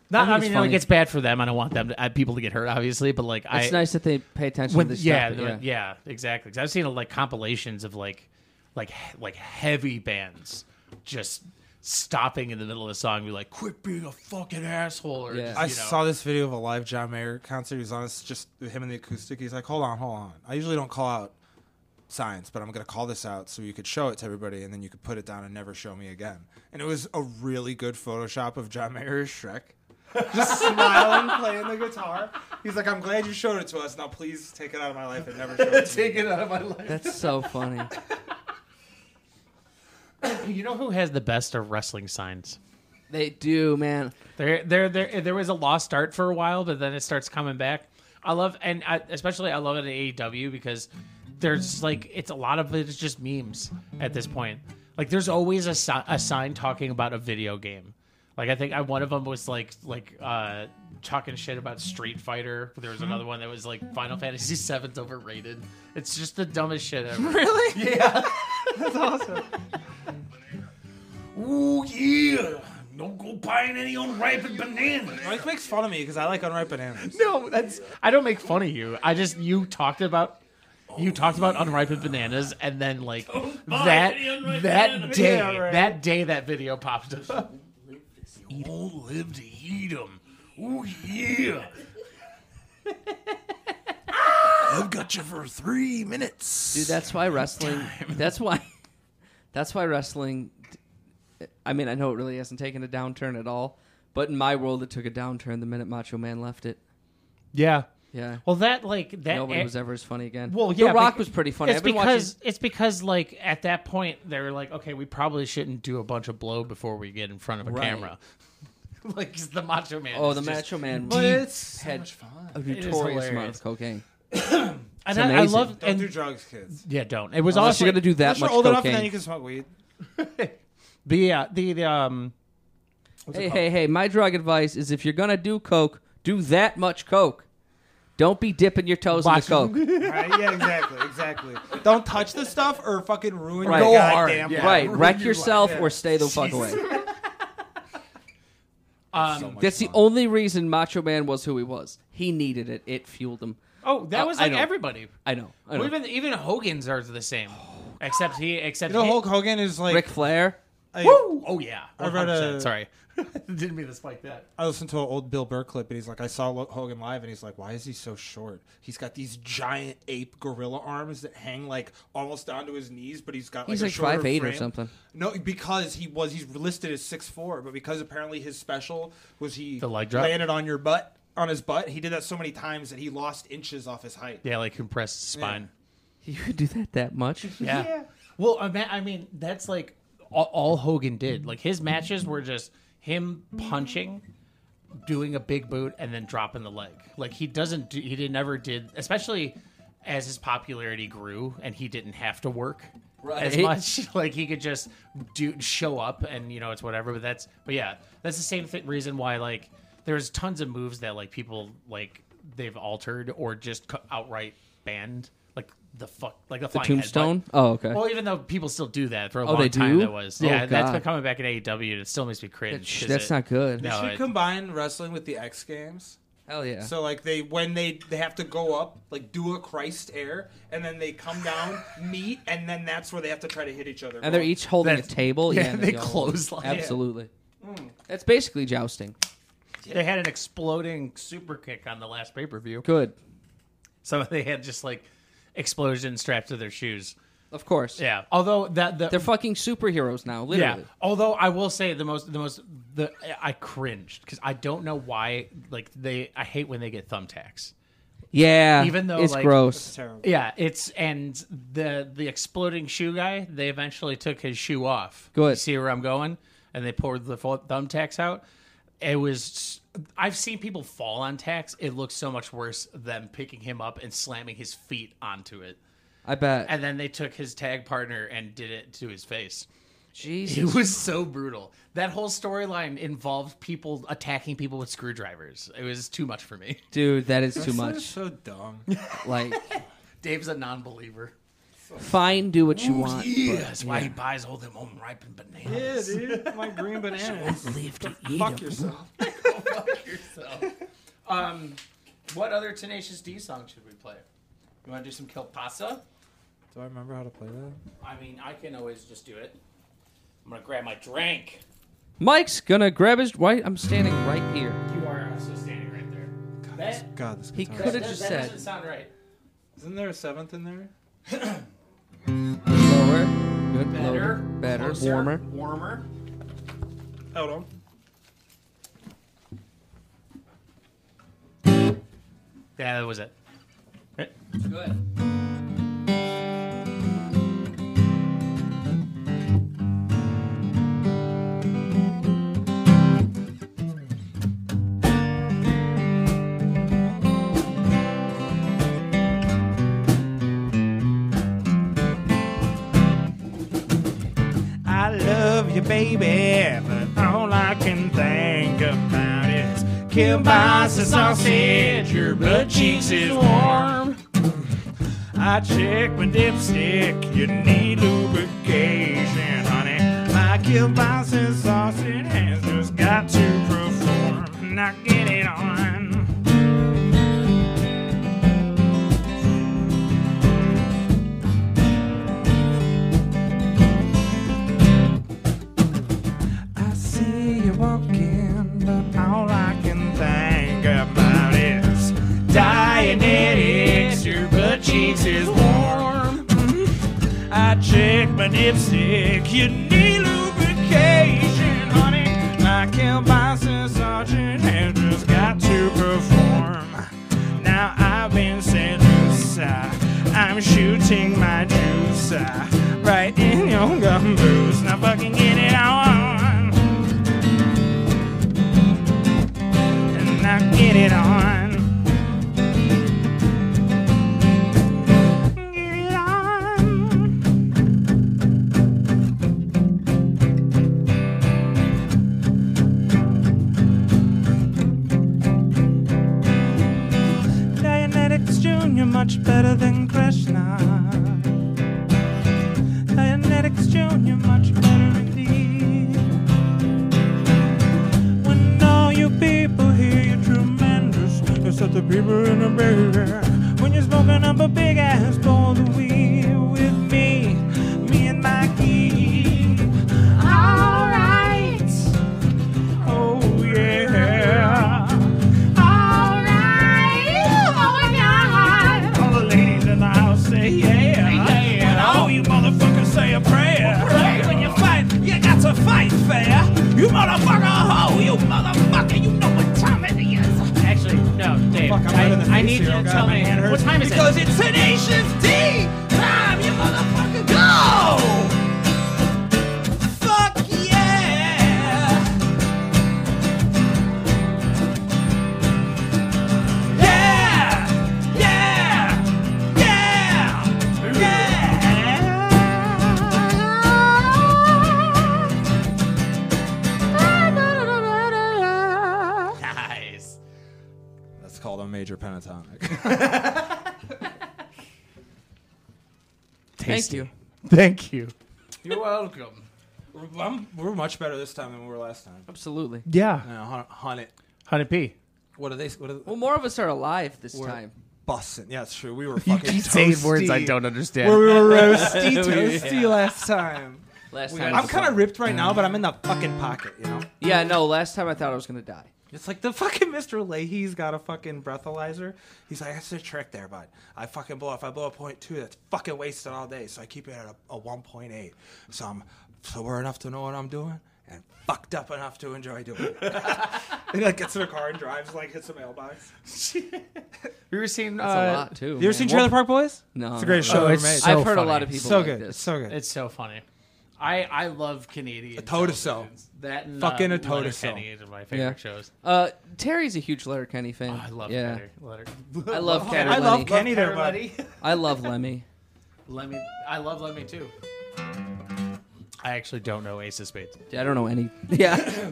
Speaker 3: Not,
Speaker 2: think
Speaker 3: I
Speaker 2: it's
Speaker 3: mean, like
Speaker 2: funny.
Speaker 3: it's bad for them. I don't want them to, uh, people to get hurt, obviously. But like, I
Speaker 2: It's nice that they pay attention
Speaker 3: when
Speaker 2: to this
Speaker 3: yeah,
Speaker 2: stuff.
Speaker 3: the-
Speaker 2: but
Speaker 3: yeah, exactly. 'Cause I've seen like compilations of like, like, he- like heavy bands just stopping in the middle of the song, and be like, "Quit being a fucking asshole," or
Speaker 2: Yeah.
Speaker 3: just,
Speaker 5: I
Speaker 3: you know.
Speaker 5: saw this video of a live John Mayer concert. He was on it's just him and the acoustic. He's like, "Hold on, hold on. I usually don't call out signs, but I'm going to call this out so you could show it to everybody, and then you could put it down and never show me again." And it was a really good Photoshop of John Mayer as Shrek, just smiling, playing the guitar. He's like, "I'm glad you showed it to us. Now please take it out of my life and never show it to me."
Speaker 3: Get out of my life.
Speaker 2: That's so funny.
Speaker 3: You know who has the best of wrestling signs?
Speaker 2: they do, man.
Speaker 3: There, there, there, there was a lost art for a while, but then it starts coming back. I love, and I, especially I love it at AEW because there's like it's a lot of it's just memes at this point. Like there's always a, si- a sign talking about a video game. Like I think I, one of them was like like uh talking shit about Street Fighter. There was another one that was like Final Fantasy VII's overrated. It's just the dumbest shit ever.
Speaker 2: Really?
Speaker 4: Ooh, yeah. No go buying any unripened bananas.
Speaker 5: Mike makes fun of me because I like unripe bananas.
Speaker 3: No, that's I don't make fun of you. I just you talked about you talked about unripened bananas and then like that
Speaker 1: any unripened
Speaker 3: that
Speaker 1: bananas.
Speaker 3: day
Speaker 5: Yeah, right.
Speaker 3: that day that video popped up.
Speaker 4: You won't live to eat them. Ooh, yeah. I've got you for three minutes.
Speaker 2: Dude, that's why wrestling. That's why. That's why wrestling. I mean, I know it really hasn't taken a downturn at all, but in my world, it took a downturn the minute Macho Man left it.
Speaker 3: Yeah.
Speaker 2: Yeah.
Speaker 3: Well, that like that
Speaker 2: Nobody
Speaker 3: eh,
Speaker 2: was ever as funny again.
Speaker 3: Well, yeah,
Speaker 2: The Rock
Speaker 3: bec-
Speaker 2: was pretty funny.
Speaker 3: It's
Speaker 2: I've been
Speaker 3: because it's because like at that point they were like, okay, we probably shouldn't do a bunch of blow before we get in front of a
Speaker 2: Right.
Speaker 3: camera. like 'cause the Macho Man.
Speaker 2: watching. Oh,
Speaker 3: is
Speaker 2: the
Speaker 3: just-
Speaker 2: Macho Man
Speaker 3: But
Speaker 2: had
Speaker 3: it's
Speaker 2: a
Speaker 3: is
Speaker 2: notorious amount
Speaker 3: hilarious.
Speaker 2: of cocaine.
Speaker 3: And
Speaker 2: It's
Speaker 3: I, I
Speaker 2: amazing.
Speaker 3: love
Speaker 5: Don't
Speaker 3: and
Speaker 5: do drugs, kids.
Speaker 3: yeah, don't. It was
Speaker 2: Unless
Speaker 3: also
Speaker 2: you're gonna do that
Speaker 5: Unless you're
Speaker 2: much
Speaker 5: old enough, and then you
Speaker 2: cocaine.
Speaker 5: can smoke weed.
Speaker 3: the uh, the, the um
Speaker 2: Hey, hey, hey! My drug advice is if you're gonna do coke, do that much coke. Don't be dipping your toes
Speaker 3: Watch-
Speaker 2: in the coke.
Speaker 5: Right? Yeah, exactly, exactly. Don't touch the stuff or fucking ruin
Speaker 2: Right.
Speaker 5: your
Speaker 2: Go
Speaker 5: goddamn life.
Speaker 2: right, wreck yourself or stay the fuck away.
Speaker 3: um
Speaker 2: That's the only reason Macho Man was who he was. He needed it. It fueled him.
Speaker 3: oh that
Speaker 2: Uh,
Speaker 3: was
Speaker 2: I
Speaker 3: like
Speaker 2: know.
Speaker 3: everybody.
Speaker 2: I know. I know.
Speaker 3: Well, even even Hogan's are the same, except he except
Speaker 5: You know,
Speaker 3: he-
Speaker 5: Hulk Hogan is like.
Speaker 2: Ric Flair.
Speaker 5: I,
Speaker 3: Woo! Oh yeah,
Speaker 5: I read a-
Speaker 3: 100%. sorry, didn't mean to spike that.
Speaker 5: I listened to an old Bill Burr clip, and he's like, I saw Lo- Hogan live, and he's like, why is he so short? He's got these giant ape gorilla arms that hang like almost down to his knees, but he's got like
Speaker 2: He's
Speaker 5: a
Speaker 2: like
Speaker 5: shorter
Speaker 2: 5'8" or
Speaker 5: frame.
Speaker 2: something.
Speaker 5: No, because he was he's listed as six four, but because apparently his special was he
Speaker 3: The leg drop?
Speaker 5: landed on your butt on his butt. He did that so many times that he lost inches off his height.
Speaker 3: Yeah, like compressed spine.
Speaker 2: You could do that that much.
Speaker 3: Yeah. Well, I mean, I mean, that's like all, all Hogan did. Like his matches were just him punching, doing a big boot, and then dropping the leg. Like he doesn't do, he did never did, especially as his popularity grew and he didn't have to work as
Speaker 2: Right.
Speaker 3: much. Like he could just do show up and you know it's whatever. But that's but yeah, that's the same th- reason why like there's tons of moves that like people like they've altered or just cu- outright banned. Like the fuck, like the, flying headbutt.
Speaker 2: Tombstone? Oh, okay.
Speaker 3: Well, even though people still do that for a
Speaker 2: Oh,
Speaker 3: long
Speaker 2: they
Speaker 3: time,
Speaker 2: do?
Speaker 3: that was
Speaker 2: Oh,
Speaker 3: yeah. That's
Speaker 2: God.
Speaker 3: been coming back in AEW. and It still makes me cringe.
Speaker 2: Shh,
Speaker 3: 'cause
Speaker 2: That's
Speaker 3: it-
Speaker 2: not good.
Speaker 3: No,
Speaker 5: Should
Speaker 3: it-
Speaker 5: combine wrestling with the X Games.
Speaker 2: Hell yeah.
Speaker 5: So like they when they they have to go up like do a Christ air and then they come down meet and then that's where they have to try to hit each other.
Speaker 2: and they're
Speaker 5: Well,
Speaker 2: each holding a
Speaker 3: That's-
Speaker 2: table.
Speaker 3: yeah,
Speaker 2: Yeah, and
Speaker 3: they Mm.
Speaker 2: all-
Speaker 3: clothesline.
Speaker 2: Absolutely. That's basically jousting.
Speaker 3: they had an exploding super kick on the last pay per view.
Speaker 2: Good.
Speaker 3: So they had just like explosions strapped to their shoes.
Speaker 2: Of course.
Speaker 3: Yeah. Although that the
Speaker 2: They're fucking superheroes now,
Speaker 3: yeah.
Speaker 2: literally.
Speaker 3: Although I will say the most the most the I cringed because I don't know why like they I hate when they get thumbtacks.
Speaker 2: Yeah.
Speaker 3: Even though,
Speaker 2: it's
Speaker 3: like-
Speaker 5: it's
Speaker 2: gross.
Speaker 5: terrible.
Speaker 3: Yeah, it's and the the exploding shoe guy. They eventually took his shoe off.
Speaker 2: Good.
Speaker 3: You see where I'm going, and they poured the fu- thumbtacks out. It was. I've seen people fall on tacks. It looks so much worse than picking him up and slamming his feet onto it.
Speaker 2: I bet.
Speaker 3: And then they took his tag partner and did it to his face.
Speaker 2: Jesus.
Speaker 3: It was so brutal. That whole storyline involved people attacking people with screwdrivers. It was too much for me.
Speaker 2: Dude, that is too
Speaker 5: Wrestling is
Speaker 2: much.
Speaker 5: so dumb.
Speaker 2: Like,
Speaker 3: Dave's a non-believer.
Speaker 2: fine, do what you want.
Speaker 3: Yeah, that's why he buys all them unripened bananas.
Speaker 5: Yeah, dude. My green bananas.
Speaker 2: Live to
Speaker 5: Fuck yourself.
Speaker 3: Um, what other Tenacious D song should we play? You want to do some Kilpasa?
Speaker 5: Do I remember how to play that?
Speaker 3: I mean, I can always just do it. I'm gonna grab my drink.
Speaker 2: Mike's gonna grab his. Why? I'm standing right here.
Speaker 3: You are also standing right there. That,
Speaker 5: God, this
Speaker 2: He
Speaker 5: guitar.
Speaker 2: could have
Speaker 3: that-
Speaker 2: just
Speaker 3: that
Speaker 2: said.
Speaker 3: doesn't sound right.
Speaker 5: Isn't there a seventh in there?
Speaker 2: Lower. Good.
Speaker 3: Better,
Speaker 2: Lower. Better.
Speaker 3: closer,
Speaker 2: Warmer.
Speaker 3: warmer.
Speaker 5: Hold on.
Speaker 3: Yeah, that was it.
Speaker 2: Good.
Speaker 8: I baby, but all I can think about is kielbasa sausage. Your butt cheeks is warm. I check my dipstick. You need lubrication, honey. My kielbasa sausage has just got to perform. Now get it on. I see you walking, but all I can think about is Dianetics, your butt cheeks is warm. I check my dipstick, you need lubrication, honey. My kielbasa sergeant has just got to perform. Now I've been seduced, uh, I'm shooting my juice uh, right in your gumboos. Now fucking get it on. and I get it on. Get it on. Dianetics Junior much better than Krishna. Dianetics Junior much better indeed. When all you people hear you tremendous, except the people in the baby. When you're smoking up a big ass bowl of weed with me, me and my key. Alright. Oh yeah. Alright. Oh my god. All the ladies in the house say yeah. And all you motherfuckers say a prayer. When you fight, you got to fight fair. You motherfucker hoe, you motherfucker, you know what time it is.
Speaker 3: Actually, no, Dave.
Speaker 5: Fuck, I'm
Speaker 3: I,
Speaker 5: right in the
Speaker 3: I
Speaker 5: face
Speaker 3: need you
Speaker 5: here.
Speaker 3: to
Speaker 5: Oh, God,
Speaker 3: tell
Speaker 5: my
Speaker 3: me
Speaker 5: hand
Speaker 3: what
Speaker 5: hurts.
Speaker 3: time is
Speaker 9: Because it's Tenacious D time, you motherfucker. Go! Fuck yeah! Yeah! Yeah! Yeah! Yeah!
Speaker 3: it? Nice.
Speaker 5: That's called a major pentatonic.
Speaker 2: Thank you.
Speaker 3: Thank you.
Speaker 5: You're welcome. We're, I'm- we're much better this time than we were last time.
Speaker 2: Absolutely.
Speaker 3: Yeah.
Speaker 5: You know, hun- hun it.
Speaker 3: Honey P.
Speaker 5: What are they? What are they?
Speaker 2: Well, more of us are alive this time.
Speaker 5: Bussin'. Oh, Yeah, it's true. We were fucking
Speaker 3: Saying words I
Speaker 5: toasty.
Speaker 3: don't understand.
Speaker 5: Where we were roasty toasty last time.
Speaker 2: Last
Speaker 5: We-
Speaker 2: time.
Speaker 5: I'm
Speaker 2: was
Speaker 5: kind
Speaker 2: fun.
Speaker 5: of ripped right now, but I'm in the fucking pocket, you know?
Speaker 2: Yeah, no. Last time I thought I was gonna die.
Speaker 5: It's like the fucking Mr. Leahy's got a fucking breathalyzer. He's like, that's a trick there, bud. I fucking blow. If I blow a point two, that's fucking wasted all day. So I keep it at a, a 1.8. So I'm sober enough to know what I'm doing and fucked up enough to enjoy doing it. and he like gets in a car and drives, like hits a mailbox.
Speaker 3: We were uh, seeing.
Speaker 2: That's a lot too. man. Well,
Speaker 5: Park Boys?
Speaker 2: No.
Speaker 5: It's the greatest
Speaker 2: no.
Speaker 5: show
Speaker 3: Oh,
Speaker 5: ever
Speaker 3: it's
Speaker 5: made.
Speaker 3: so-
Speaker 2: I've heard
Speaker 3: funny.
Speaker 2: a lot of people
Speaker 5: so
Speaker 2: like
Speaker 5: good.
Speaker 2: this.
Speaker 5: It's so good.
Speaker 3: It's so funny. I I love Canadian.
Speaker 5: A Totoso.
Speaker 3: televisions. That and,
Speaker 5: Fucking
Speaker 3: uh,
Speaker 5: a Totoso.
Speaker 3: Letterkenny is one of my favorite
Speaker 2: Yeah.
Speaker 3: shows.
Speaker 2: Uh, Terry's a huge Letterkenny fan.
Speaker 3: Oh, I love
Speaker 2: yeah.
Speaker 3: Letter. Letter.
Speaker 2: I love Kenny.
Speaker 5: I love
Speaker 2: Lenny.
Speaker 5: Kenny there, bud.
Speaker 2: I love Lemmy.
Speaker 3: Lemmy. I love Lemmy too. I actually don't know Ace of Spades.
Speaker 2: Yeah, I don't know any. Yeah.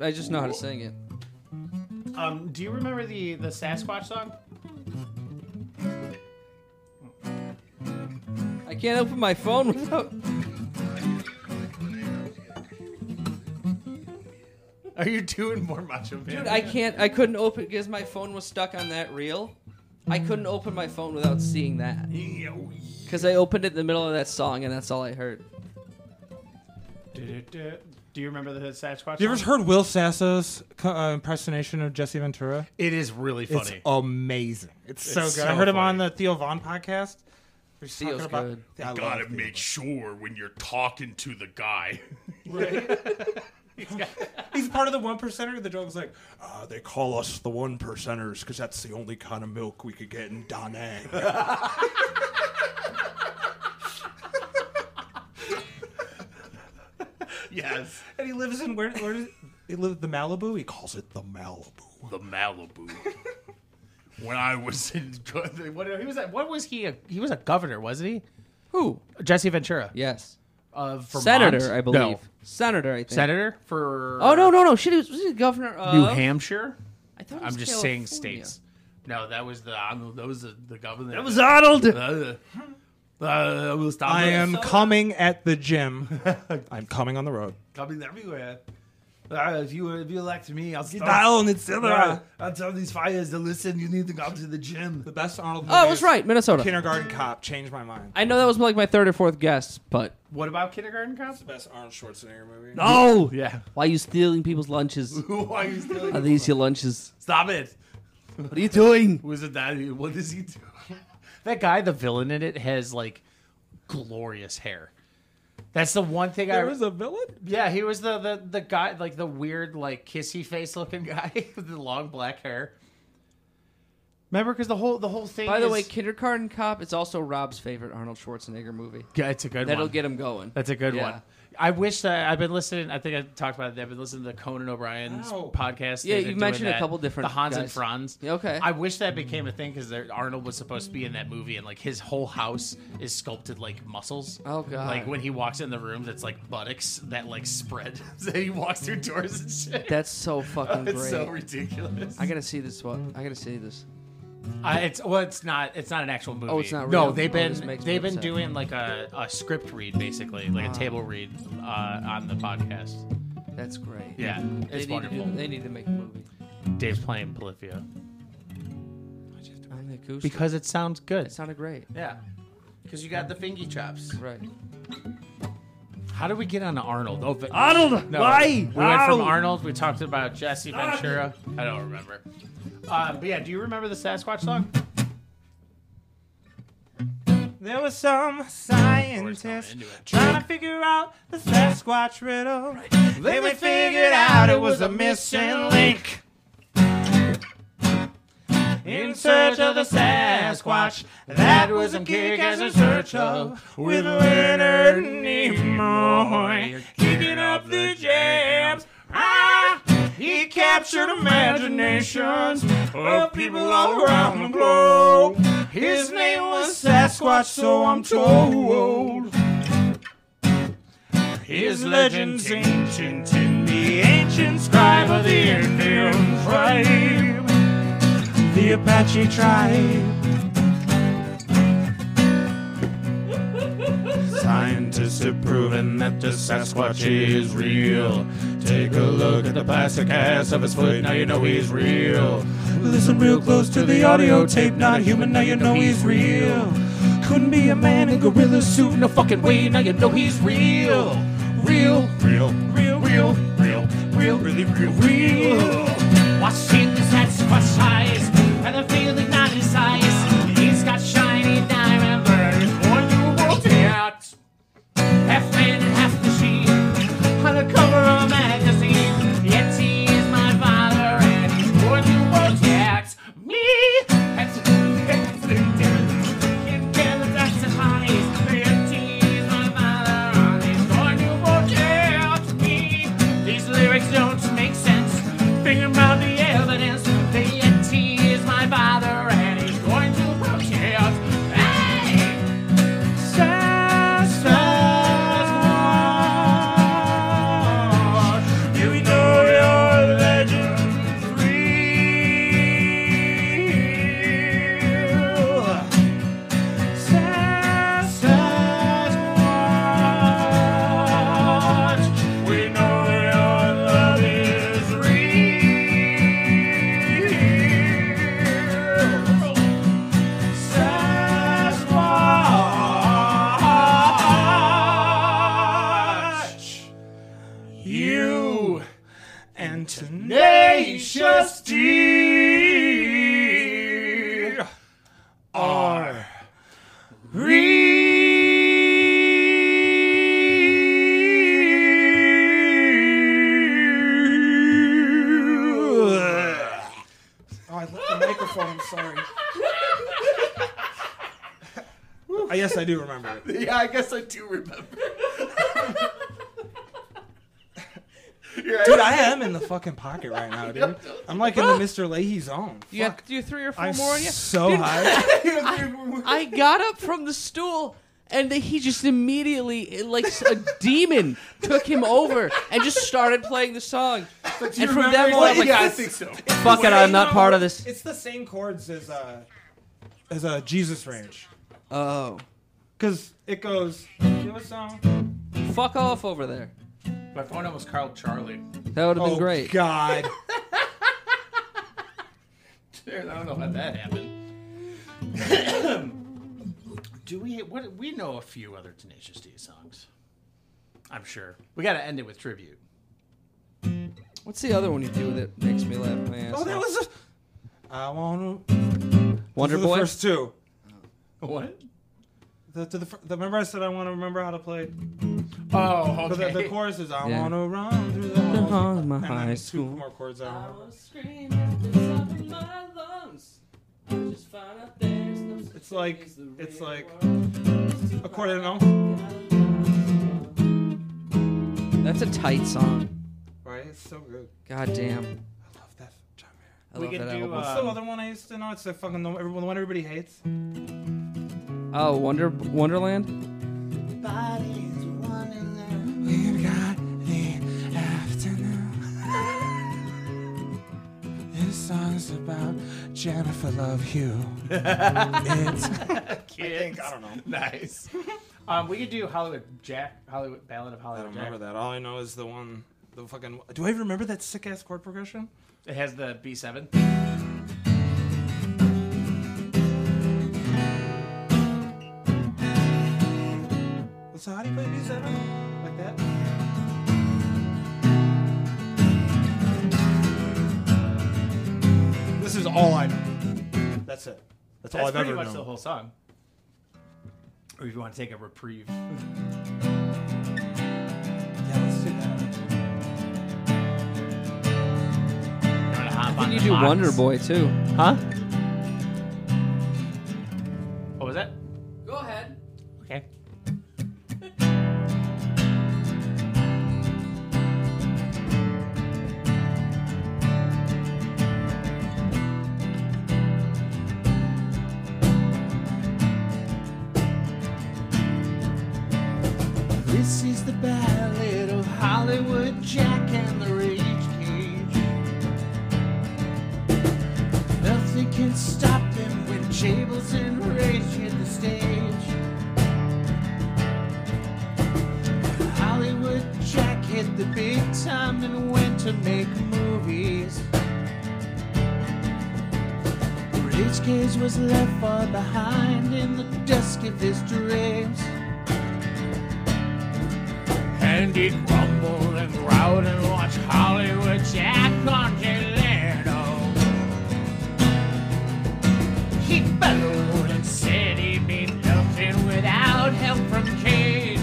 Speaker 2: I just know how to sing it.
Speaker 3: Um, do you remember the the Sasquatch song?
Speaker 2: I can't open my phone without.
Speaker 3: Are you doing more Macho Man?
Speaker 2: Dude, I can't. I couldn't open because my phone was stuck on that reel. I couldn't open my phone without seeing that. Because I opened it in the middle of that song and that's all I heard.
Speaker 3: Do, do, do you remember the Sasquatch?
Speaker 5: You ever
Speaker 3: song?
Speaker 5: heard Will Sasso's co- uh, impersonation of Jesse Ventura?
Speaker 3: It is really
Speaker 5: It's
Speaker 3: funny.
Speaker 5: amazing. It's, so good.
Speaker 3: It's so
Speaker 5: I heard him
Speaker 3: funny.
Speaker 5: on the Theo Vaughn podcast. He was
Speaker 2: Theo's
Speaker 5: talking about,
Speaker 2: good.
Speaker 5: I love
Speaker 6: Gotta
Speaker 5: Theo.
Speaker 6: make sure when you're talking to the guy.
Speaker 5: He's part of the one percenter. The joke was like,
Speaker 8: "Ah,
Speaker 7: Uh, they call us the one percenters because that's the only kind of milk we could get in Danang.
Speaker 6: Yes.
Speaker 5: and he lives in where? Where does he live? The Malibu. He calls
Speaker 7: Calls it the Malibu.
Speaker 6: The Malibu. when I was in.
Speaker 3: What he was? What was he? A, he was a governor, wasn't he?
Speaker 2: Who?
Speaker 3: Jesse Ventura. uh,
Speaker 2: Yes.
Speaker 3: of Vermont.
Speaker 2: Senator, I believe.
Speaker 3: No.
Speaker 2: Senator, I think.
Speaker 3: Senator for
Speaker 2: Oh no, no, no! Shit, he was, he was governor of
Speaker 3: New Hampshire.
Speaker 2: I thought it was
Speaker 3: I'm just
Speaker 2: California.
Speaker 3: saying states. No, that was the Arnold- that was the, the governor.
Speaker 6: That was Arnold.
Speaker 3: Uh, uh, we'll stop
Speaker 5: I
Speaker 3: it.
Speaker 5: am coming at the gym. I'm coming on the road.
Speaker 6: coming everywhere. Uh, if you if you elect me, I'll start,
Speaker 5: down, it's
Speaker 6: Yeah, I'll tell these fires to listen. You need to go to the gym.
Speaker 5: The best Arnold.
Speaker 2: Oh, I
Speaker 5: movie
Speaker 2: was
Speaker 5: is
Speaker 2: right, Minnesota.
Speaker 5: Kindergarten Cop changed my mind.
Speaker 2: I know that was like my third or fourth guess, but
Speaker 3: What about kindergarten cops?
Speaker 5: Best Arnold Schwarzenegger movie.
Speaker 6: No, yeah.
Speaker 2: why are you stealing people's lunches?
Speaker 6: Why are you still?
Speaker 2: Are these your lunches?
Speaker 6: Stop it.
Speaker 2: What are you doing?
Speaker 6: Was it that? What does he do?
Speaker 3: That guy, the villain in it, has like glorious hair. That's the one thing I
Speaker 5: There was a villain.
Speaker 3: Yeah, he was the, the the guy like the weird like kissy face looking guy with the long black hair. Remember, because the whole the whole thing.
Speaker 2: By the
Speaker 3: is-
Speaker 2: way, Kindergarten Cop is also Rob's favorite Arnold Schwarzenegger movie.
Speaker 3: yeah, it's a good
Speaker 2: That'll
Speaker 3: one.
Speaker 2: get him going.
Speaker 3: That's a good
Speaker 2: Yeah.
Speaker 3: one. I wish that I've been listening. I think I talked about it. I've been listening to Conan O'Brien's
Speaker 5: Ow.
Speaker 3: podcast.
Speaker 2: Oh. Yeah,
Speaker 3: They've been
Speaker 2: you've
Speaker 3: doing
Speaker 2: mentioned a
Speaker 3: that.
Speaker 2: couple different
Speaker 3: The Hans and
Speaker 2: guys.
Speaker 3: Franz.
Speaker 2: Yeah, okay.
Speaker 3: I wish that became a thing because Arnold was supposed to be in that movie, and like his whole house is sculpted like muscles.
Speaker 2: Oh, God.
Speaker 3: Like when he walks in the room, that's like buttocks that like spread. so he walks through doors and shit.
Speaker 2: That's so fucking great.
Speaker 3: It's so ridiculous.
Speaker 2: I gotta see this one. I gotta see this.
Speaker 3: I, it's well, it's not. It's not an actual movie.
Speaker 2: Oh, it's not
Speaker 3: No,
Speaker 2: real?
Speaker 3: they've
Speaker 2: Oh,
Speaker 3: been
Speaker 2: this makes me
Speaker 3: they've been
Speaker 2: upset.
Speaker 3: doing like a, a script read basically, like a table read uh, on the podcast.
Speaker 2: That's great.
Speaker 3: Yeah,
Speaker 2: They
Speaker 3: it's
Speaker 2: need, to do,
Speaker 3: wonderful.
Speaker 2: they need to make a movie.
Speaker 3: Dave's playing Polyphia
Speaker 2: On the acoustic.
Speaker 3: because it sounds
Speaker 2: it
Speaker 3: good.
Speaker 2: sounded great.
Speaker 3: Yeah, because you got the fingy chops.
Speaker 2: Right.
Speaker 3: How did we get on to Arnold? Oh, but-
Speaker 6: Arnold,
Speaker 3: No,
Speaker 6: why?
Speaker 3: We went from
Speaker 6: Ow.
Speaker 3: Arnold. We talked about Jesse Ventura. I don't remember. Uh, but yeah, do you remember the Sasquatch song?
Speaker 5: There was some
Speaker 3: We're not
Speaker 5: scientist
Speaker 3: into it.
Speaker 5: trying to figure out the Sasquatch riddle. Then we figured out it was a missing link. In search of the Sasquatch, that was a kick as in search of with Leonard Nimoy kicking up the jams. Ah, he captured imaginations of people all around the globe. His name was Sasquatch, so I'm told. His legend's ancient in the ancient scribe of the Indian tribe, the Apache tribe. Scientists have proven that the Sasquatch is real. Take a look at the plastic cast of his foot, now you know he's real. Listen real close to the audio tape, not human, now you know he's real. Couldn't be a man in gorilla suit, no fucking way, now you know he's real. Real, real, real, real, real, real, really real, real.
Speaker 8: Watching the Sasquatch eyes and the feeling not his eyes. He's got shiny diamond birds, one you won't get. Half man and half machine, on the cover of a magazine. Yet he is my father and he's one you won't get. Me, that's that's the difference. Can't get the dust and eyes. Yet he is my father and he's one you won't get. Me, these lyrics don't make sense. Figure out the evidence. The entity is my father, and he's going to protect. Hey! Sasquatch, do we know your legend's real? Sasquatch, we know your love is real. Sasquatch.
Speaker 5: You and
Speaker 8: Tenacious
Speaker 5: D are Oh, I left the microphone. I'm sorry. I guess I do remember it.
Speaker 6: Yeah, I guess I do remember. yeah,
Speaker 5: Dude, I am in the fucking pocket right now, dude. I'm like in the Mr. Leahy zone.
Speaker 2: You got do three or 4
Speaker 5: I'm
Speaker 2: more. Yeah.
Speaker 5: so high.
Speaker 2: I got up from the stool And then he just immediately, like a demon, took him over and just started playing the song. and
Speaker 5: Do you
Speaker 2: from
Speaker 5: remember
Speaker 2: then on,
Speaker 5: what-
Speaker 2: I'm like,
Speaker 5: yeah, I think so.
Speaker 2: Fuck it, I'm not part of this.
Speaker 5: It's the same chords as uh, as uh, Jesus Ranch.
Speaker 2: Oh.
Speaker 5: Because it goes. Give us some.
Speaker 2: Fuck off over there.
Speaker 8: My phone almost called Charlie.
Speaker 2: That would have been great.
Speaker 5: Oh, God.
Speaker 8: Dude, I don't know how that happened. Do we? What we know a few other Tenacious D songs. I'm sure we got to end it with tribute.
Speaker 2: What's the other one you do that makes me laugh my ass
Speaker 5: Oh, that
Speaker 2: off?
Speaker 5: was. A, I want
Speaker 2: Wonder
Speaker 5: to. The
Speaker 2: Boy?
Speaker 5: first two.
Speaker 8: What?
Speaker 5: The, to the, fir- the, remember I said I want to remember how to play.
Speaker 8: Oh,
Speaker 5: But
Speaker 8: okay.
Speaker 5: the, the chorus is I
Speaker 2: Yeah.
Speaker 5: want to run through the halls.
Speaker 2: halls of my
Speaker 5: And then
Speaker 2: high
Speaker 5: there's
Speaker 2: school.
Speaker 5: Two more chords I don't remember. It's like it's like a chord I don't know.
Speaker 2: That's a tight song.
Speaker 5: Right? It's so good.
Speaker 2: God damn.
Speaker 5: I love that Um, John Mayer.
Speaker 2: I
Speaker 8: We
Speaker 2: love
Speaker 8: could
Speaker 2: that
Speaker 8: do,
Speaker 2: album.
Speaker 8: uh,
Speaker 5: What's the other one I used to know? It's the fucking the, everyone- the one everybody hates. uh,
Speaker 2: oh, Wonder Wonderland?
Speaker 5: We've got the afternoon. this song's about Jennifer Love Hugh. it's
Speaker 8: Kids.
Speaker 5: I don't know.
Speaker 8: Nice. Um, we could do Hollywood Jack, Hollywood Ballad of
Speaker 5: I
Speaker 8: Hollywood
Speaker 5: don't
Speaker 8: Jack.
Speaker 5: remember that. All I know is the one, the fucking. Do I even remember that sick ass chord progression?
Speaker 8: It has the B7.
Speaker 5: Oh, So how do you play B7? Like that? This is all I know. That's it. That's, all
Speaker 8: That's
Speaker 5: I've
Speaker 8: pretty
Speaker 5: ever
Speaker 8: much
Speaker 5: known.
Speaker 8: the whole song. Or if you want to take a reprieve.
Speaker 5: Yeah, let's do that.
Speaker 2: Didn't you do Wonder Boy too?
Speaker 8: Huh? What was that?
Speaker 2: Go ahead.
Speaker 8: Okay. This is the ballad of Hollywood Jack and the Rage Cage. Nothing can stop them when Jables and Rage hit the stage. Hollywood Jack hit the big time and went to make movies. The Rage Cage was left far behind in the dusk of his dreams. And he grumbled and growled and watched Hollywood Jack on Delano. He bellowed and said he'd be nothing without help from Cage.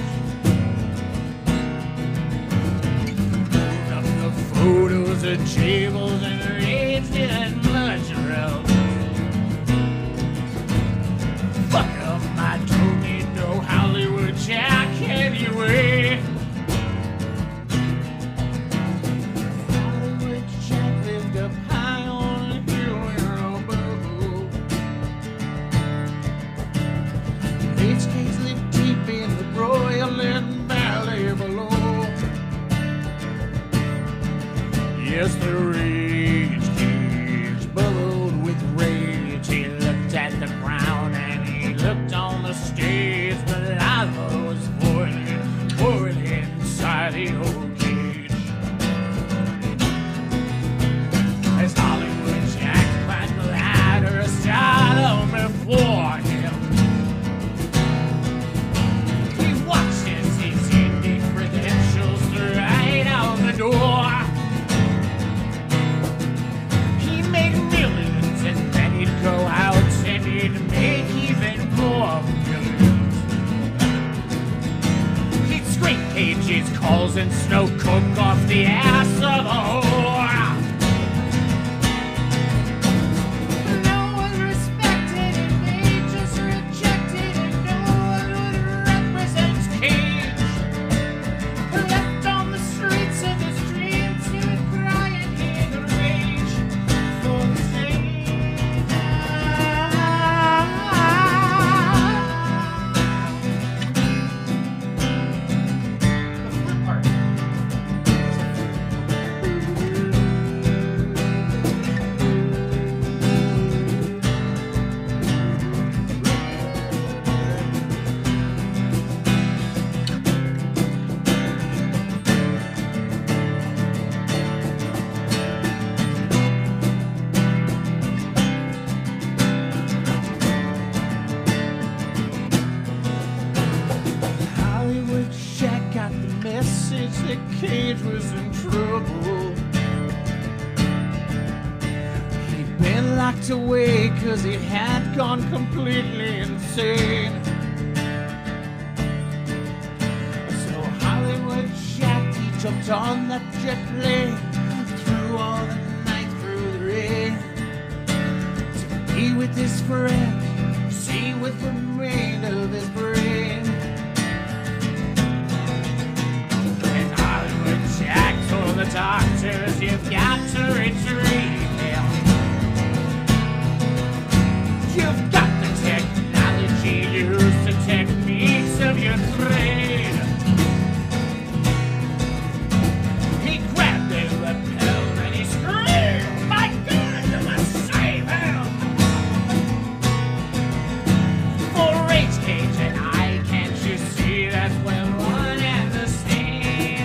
Speaker 8: Pulled up the photos of Jables and Rage didn't much around. Fuck up, I don't need no Hollywood Jack anyway. Hollywood Jack lived up high on a hill in Robo. These kings live deep in the royal and valley below. Yes, the rage kings bubbled with rage. He looked at the ground and he looked on the stage. The lava was boiling, pouring inside the old cage. As Hollywood Jack climbed the ladder, a shadow before him. He watches his indie credentials right out the door. He made millions and then he'd go out and he'd make even more millions. He'd scrape cages, calls, and snow cook off the ass of a whore. Nick Cage was in trouble. He'd been locked away because he had gone completely insane. So Hollywood Jack, he jumped on that jet plane through all the night, through the rain. To be with his friend, see what remained of his brain. And Hollywood Jack told the doctors, you've got to retrieve him. You've got the technology, use the techniques of your trade. He grabbed his lapel and he screamed, my God, you must save him. For Rage Cage and I, can't you see that we're one and the same?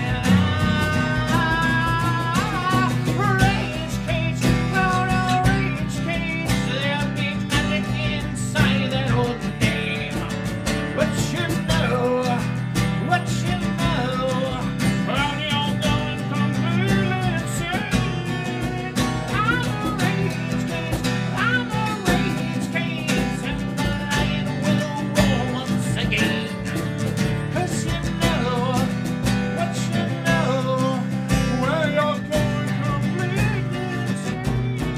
Speaker 8: Rage Cage, no, no, Rage Cage, there'll be magic inside that old name. What you know, what you know, when you're going completely insane. I'm a Rage Cage, I'm a Rage Cage, and the lion will roar once again. 'Cause you know what you know, where you're going completely insane.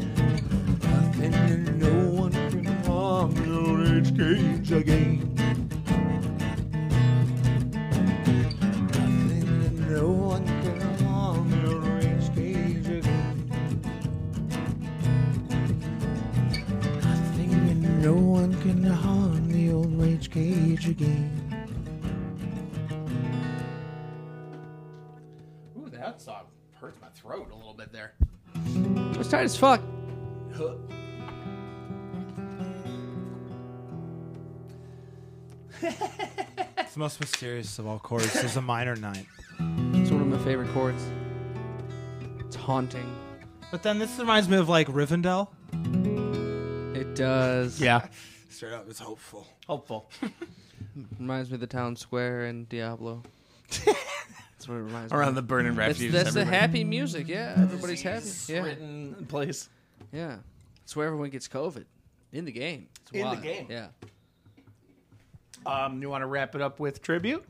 Speaker 9: Nothing and no one can harm the rage cage again. Nothing and no one can harm the rage cage again. Nothing and no one can harm the old rage cage again.
Speaker 3: Ooh, that song hurts my throat a little bit there.
Speaker 2: It's tight as fuck.
Speaker 5: It's the most mysterious of all chords. There's a minor ninth.
Speaker 2: It's one of my favorite chords. It's haunting.
Speaker 5: But then this reminds me of like Rivendell.
Speaker 2: It does.
Speaker 3: Yeah.
Speaker 4: Straight up, it's hopeful.
Speaker 3: Hopeful.
Speaker 2: Reminds me of the town square in Diablo. That's what it reminds me.
Speaker 6: Around the burning
Speaker 2: That's,
Speaker 6: refuge.
Speaker 2: that's the happy music, yeah. Everybody's happy. Yeah,
Speaker 3: Written place.
Speaker 2: yeah. It's where everyone gets COVID in the game. It's
Speaker 3: In the
Speaker 2: wild.
Speaker 3: game.
Speaker 2: yeah.
Speaker 3: Um, you want to wrap it up with tribute?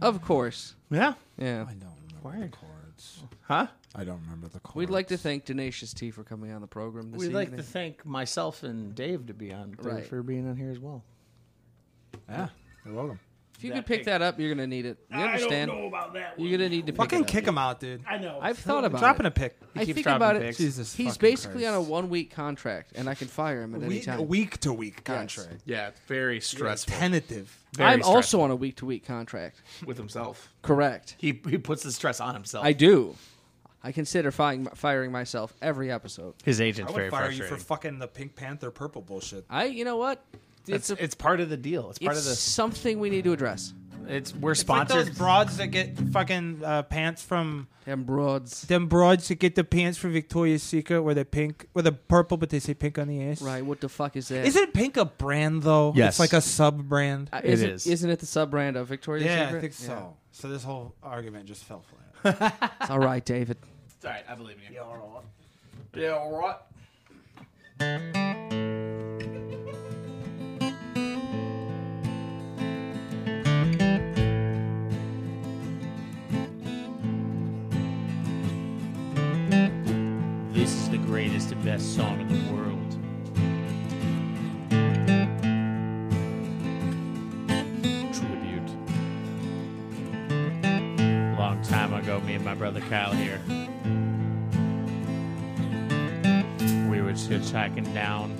Speaker 2: Of course,
Speaker 3: Yeah.
Speaker 2: yeah.
Speaker 7: I don't remember the chords.
Speaker 3: Huh?
Speaker 7: I don't remember the chords.
Speaker 2: We'd like to thank Denacious T for coming on the program this
Speaker 3: We'd
Speaker 2: evening.
Speaker 3: like to thank myself and Dave to be on
Speaker 2: Right.
Speaker 3: for being on here as well.
Speaker 7: Yeah, you're welcome.
Speaker 2: if you
Speaker 3: that
Speaker 2: could pick
Speaker 3: big.
Speaker 2: that up, you're gonna need it. You understand?
Speaker 6: about that
Speaker 2: You're gonna need to pick
Speaker 5: Fucking
Speaker 2: it up.
Speaker 5: kick him out, dude.
Speaker 6: I know.
Speaker 2: I've thought about
Speaker 5: Dropping
Speaker 2: it.
Speaker 5: a pick.
Speaker 2: I
Speaker 3: keeps
Speaker 2: think
Speaker 3: dropping
Speaker 2: about it.
Speaker 3: picks.
Speaker 5: Jesus
Speaker 2: He's
Speaker 5: fucking
Speaker 2: basically on a one-week contract, and I can fire him at any
Speaker 5: Week,
Speaker 2: time.
Speaker 5: week to week contract.
Speaker 6: Yeah, it's very stressful.
Speaker 5: Tentative.
Speaker 6: Very
Speaker 2: I'm also
Speaker 6: stressful
Speaker 2: on a week-to-week contract.
Speaker 6: with himself.
Speaker 2: Correct.
Speaker 3: He, he puts the stress on himself.
Speaker 2: I do. I consider firing, firing myself every episode.
Speaker 3: His
Speaker 5: I
Speaker 3: agent's
Speaker 5: would
Speaker 3: very
Speaker 5: fire you
Speaker 3: frustrating.
Speaker 5: for fucking the Pink Panther purple bullshit.
Speaker 2: I, you know what?
Speaker 3: it's,
Speaker 2: It's, a,
Speaker 3: it's part of the deal. It's part
Speaker 2: it's
Speaker 3: of the.
Speaker 2: something we need to address.
Speaker 3: It's we're
Speaker 5: It's like
Speaker 3: sponsored.
Speaker 5: those broads that get fucking uh, pants from
Speaker 2: Them broads.
Speaker 5: them broads that get the pants from Victoria's Secret where they're pink, where they're purple, but they say pink on the ass.
Speaker 2: Right. What the fuck is that?
Speaker 5: Isn't pink a brand though?
Speaker 3: Yes.
Speaker 5: It's like a sub brand.
Speaker 2: Uh,
Speaker 3: It
Speaker 2: isn't,
Speaker 3: is.
Speaker 2: Isn't it the sub brand of Victoria's Secret?
Speaker 5: So this whole argument just fell flat.
Speaker 2: Yeah. It's all right, David.
Speaker 3: It's all right. I believe in you. Yeah, all right. Yeah, all right. This is the greatest and best song in the world. Tribute. Long time ago, me and my brother Kyle here. We were hitchhiking down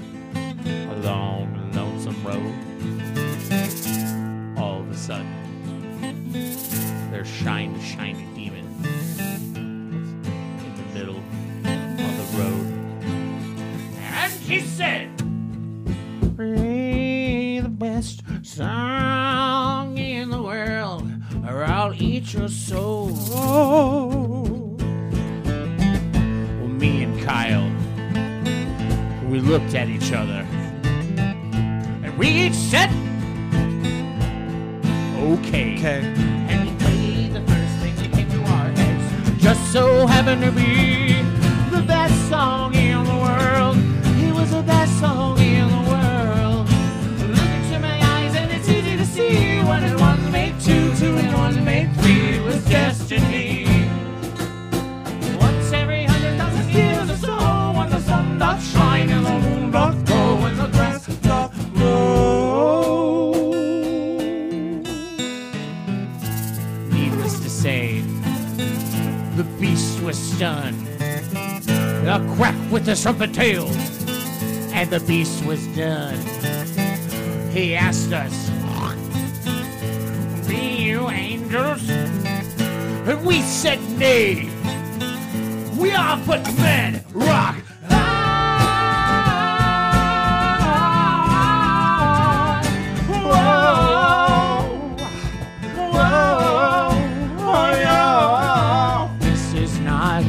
Speaker 3: a long, lonesome road. All of a sudden, there's shine, shiny demon in the middle of the road. And she said, play the best song in the world, or I'll eat your soul. Well, me and Kyle
Speaker 8: We looked at each other. And we each said, okay. And we played the first thing that came to our heads. Just so happened to be the best song in the world. It was the best song in the world. Look into my eyes and it's easy to see. One and one make two, two and one make three. It was destiny. Once every hundred thousand years or so, when the sun doth shine and the moon doth glow, when the grass doth grow. Needless to say, the beast was stunned. The crack with the trumpet tail, and the beast was done. He asked us, "Be you angels?" And we said, "Nay." We are but men. Rock. This is not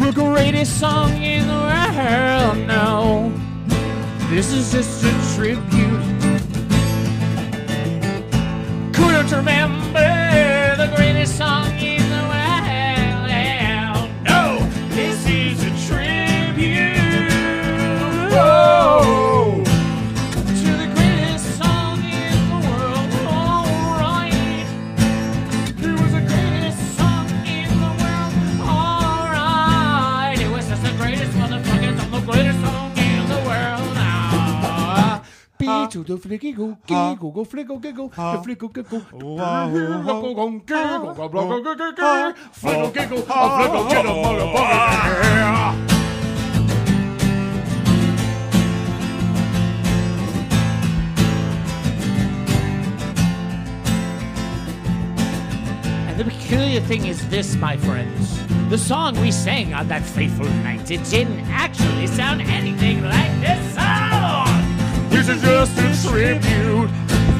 Speaker 8: the greatest song in the world, no. This is just a tribute. Couldn't remember the greatest song in the world, no. This is a tribute. Oh. To the greatest song in the world, alright. It was the greatest song in the world, alright. It was just the greatest motherfucking song, the greatest song in the world, ah. B to the flicky go, giggle, go flickle, giggle, the flickle, giggle, flickle, giggle, flickle, giggle, motherfucker. And the peculiar thing is this, my friends. The song we sang on that fateful night, it didn't actually sound anything like this song. This is just a tribute Oh,